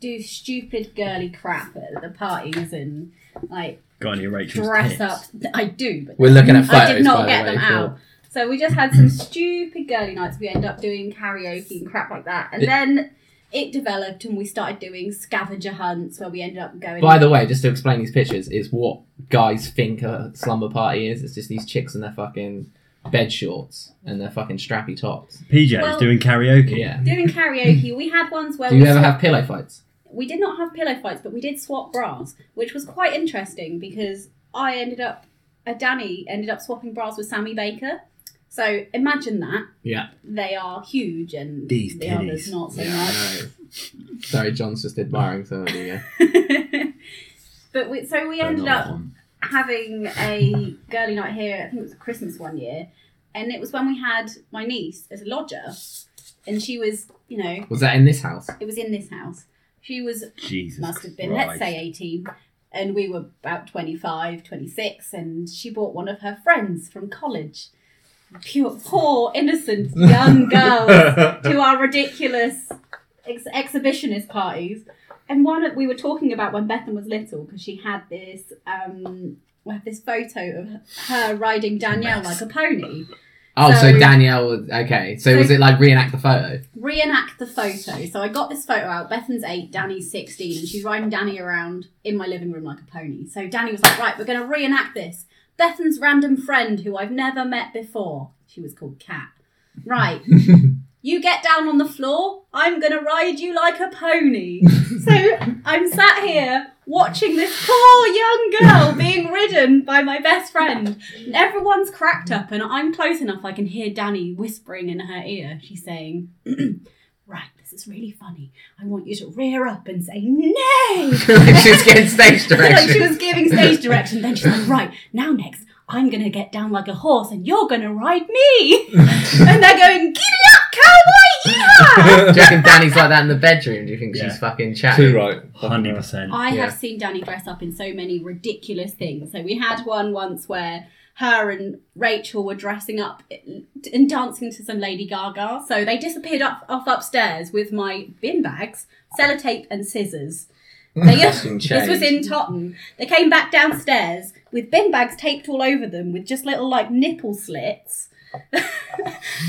S5: do stupid girly crap at the parties and like
S3: Got any of Rachel's
S5: dress
S3: tits?
S5: up. I do, but
S2: We're looking at photos.
S5: I did not
S2: by
S5: get
S2: the way,
S5: them
S2: for-
S5: out. So we just had some stupid girly nights. We ended up doing karaoke and crap like that, and
S2: It-
S5: then it developed, and we started doing scavenger hunts where we ended up going.
S2: By the way, just to explain these pictures, is what guys think a slumber party is. It's just these chicks in their fucking bed shorts and their fucking strappy tops.
S3: PJ's
S5: Well-
S3: doing karaoke.
S2: Yeah.
S5: doing karaoke, we had ones where
S2: Do
S5: we
S2: you ever
S5: swa-
S2: have pillow fights?
S5: we did not have pillow fights, but we did swap bras, which was quite interesting because I ended up, uh, Danny ended up swapping bras with Sammy Baker. So imagine that.
S2: Yeah.
S5: They are huge and
S3: These
S5: the others
S3: titties.
S5: not so
S2: Yeah,
S5: much.
S2: I know. Sorry, John's just admiring some of you.
S5: but we, so we
S3: They're
S5: ended
S3: not
S5: up
S3: on.
S5: having a girly night here. I think it was Christmas one year, and it was when we had my niece as a lodger, and she was, you know,
S2: Was that in this house?
S5: it was in this house. She was
S3: Jesus
S5: must have been let's
S3: Christ.
S5: say 18 and we were about 25 26 and she bought one of her friends from college pure poor innocent young girls to our ridiculous ex- exhibitionist parties and one that we were talking about when Bethan was little because she had this um we had this photo of her riding Danielle like a pony.
S2: Oh, so,
S5: So-
S2: Danielle. was- Okay, so,
S5: So-
S2: was it like reenact the photo?
S5: Reenact the photo. So I got this photo out. Bethan's eight, Danny's 16, and she's riding Danny around in my living room like a pony. So Danny was like, right, we're going to reenact this. Bethan's random friend who I've never met before. She was called Cat. Right. You get down on the floor. I'm going to ride you like a pony. So I'm sat here watching this poor young girl being ridden by my best friend. And everyone's cracked up, and I'm close enough I can hear Danny whispering in her ear. She's saying, Right, this is really funny. I want you to rear up and say, Nay!
S2: She's getting stage
S5: like she
S2: direction.
S5: was giving stage direction. Then she's like, right, now next, I'm going to get down like a horse and you're going to ride me. and they're going, giddy up, cowboy, yeehaw!
S2: Do you reckon Danny's like that in the bedroom? Do you think
S3: Yeah.
S2: she's fucking
S4: Too
S2: chatting?
S4: right.
S3: 100%.
S5: I
S2: Yeah.
S5: have seen Danny dress up in so many ridiculous things. So we had one once where her and Rachel were dressing up and dancing to some Lady Gaga. So they disappeared up, off upstairs with my bin bags, sellotape, and scissors. They,
S2: Costume
S5: this was in Totten. They came back downstairs with bin bags taped all over them with just little like nipple slits.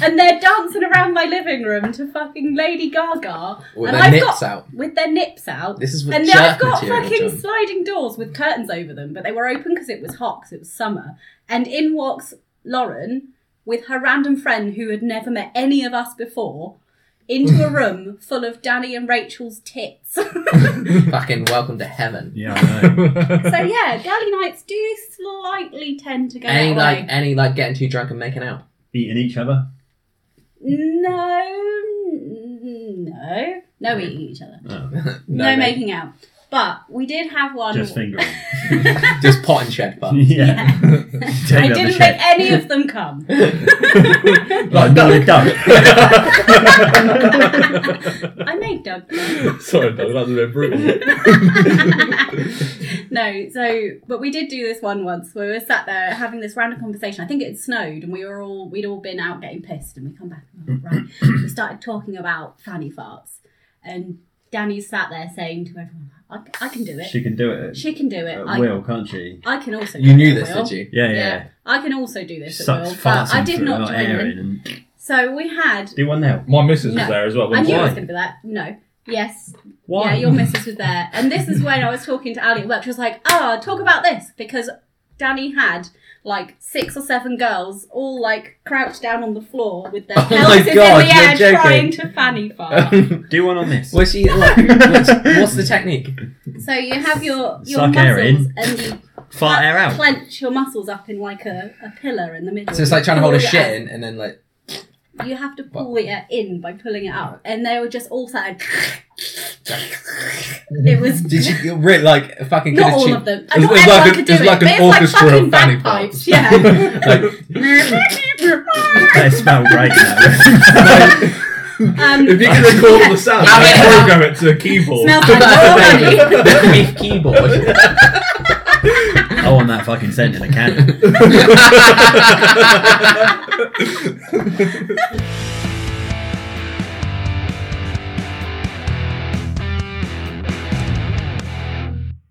S5: and they're dancing around my living room to fucking Lady Gaga.
S2: With
S5: and
S2: their
S5: I've
S2: nips
S5: got-
S2: out.
S5: With their nips out.
S2: This is what
S5: And they've
S2: jerk
S5: got
S2: material,
S5: fucking
S2: John.
S5: sliding doors with curtains over them, but they were open because it was hot, 'cause it was summer. And in walks Lauren with her random friend who had never met any of us before into a room full of Danny and Rachel's tits.
S2: Fucking welcome to heaven.
S3: Yeah, I know.
S5: so yeah, girly nights do slightly tend to go that
S2: Any
S5: way.
S2: like any like getting too drunk and making out.
S3: Eating each other.
S5: no, n- no, no eating each other,
S3: Oh.
S5: no,
S2: mate.
S5: making out. But we did have one.
S3: Just fingering.
S2: Just pot and shed puns.
S3: yeah.
S5: Yeah. I
S3: Take out the
S5: didn't
S3: shit.
S5: make any of them come.
S3: Like, Oh, no, it
S5: I made Doug.
S4: Sorry, Doug, that's a bit brutal.
S5: no, so but we did do this one once where we were sat there having this random conversation. I think it had snowed and we were all we'd all been out getting pissed and we come back and we're like, right. we started talking about fanny farts and Danny sat there saying to everyone, I, c- I can do it. She,
S3: She can do it. She
S5: can do it. I,
S3: will, can't she?
S5: I can also
S2: You
S5: do
S2: knew
S5: it at
S2: this,
S5: will.
S2: did you?
S3: Yeah, yeah.
S5: I can also do this
S3: She
S5: at
S3: sucks
S5: will,
S3: farts
S5: but I
S3: in
S5: did
S3: through
S5: not
S3: it,
S5: join
S3: air
S5: in.
S3: in and
S5: So we had
S3: do one now.
S4: My missus
S5: No.
S4: was there as well.
S5: I
S4: But
S5: knew it was
S4: why?
S5: gonna be that. No. Yes.
S3: Why?
S5: Yeah, your missus was there. And this is when I was talking to Ali at work. She was like, oh, talk about this. Because Danny had like six or seven girls all like crouched down on the floor with their
S2: Oh my
S5: pelvises in
S2: God,
S5: the air
S2: you're joking.
S5: trying to fanny fart.
S3: do one on this.
S2: Was she like? what's, what's the technique?
S5: so you have your, your
S3: Suck
S5: muscles
S3: air in.
S5: and you
S3: Fart air out.
S5: clench your muscles up in like a, a pillar in the middle.
S2: So it's like trying to hold a
S5: Pull it
S2: shit in and then like.
S5: up. You have to pull the air in by pulling it up. And they were just all sat It was
S2: Did you you really like fucking?
S5: Not
S2: could've
S5: all
S2: cheat-
S5: of them.
S4: It's-
S5: Not
S4: it's
S5: everyone
S4: like a-
S5: could do
S4: it's
S5: it,
S4: like an
S5: but it's
S4: orchestra
S5: like fucking
S4: of fanny
S5: bagpipes.
S4: parts.
S5: Yeah.
S3: They smell great now.
S5: um,
S4: If you can record the sound,
S2: Yeah.
S4: and program it to a keyboard.
S5: smells
S2: That's
S5: like
S2: the
S5: honey.
S2: thing. The With keyboard.
S3: I want that fucking scent in a can.
S4: That's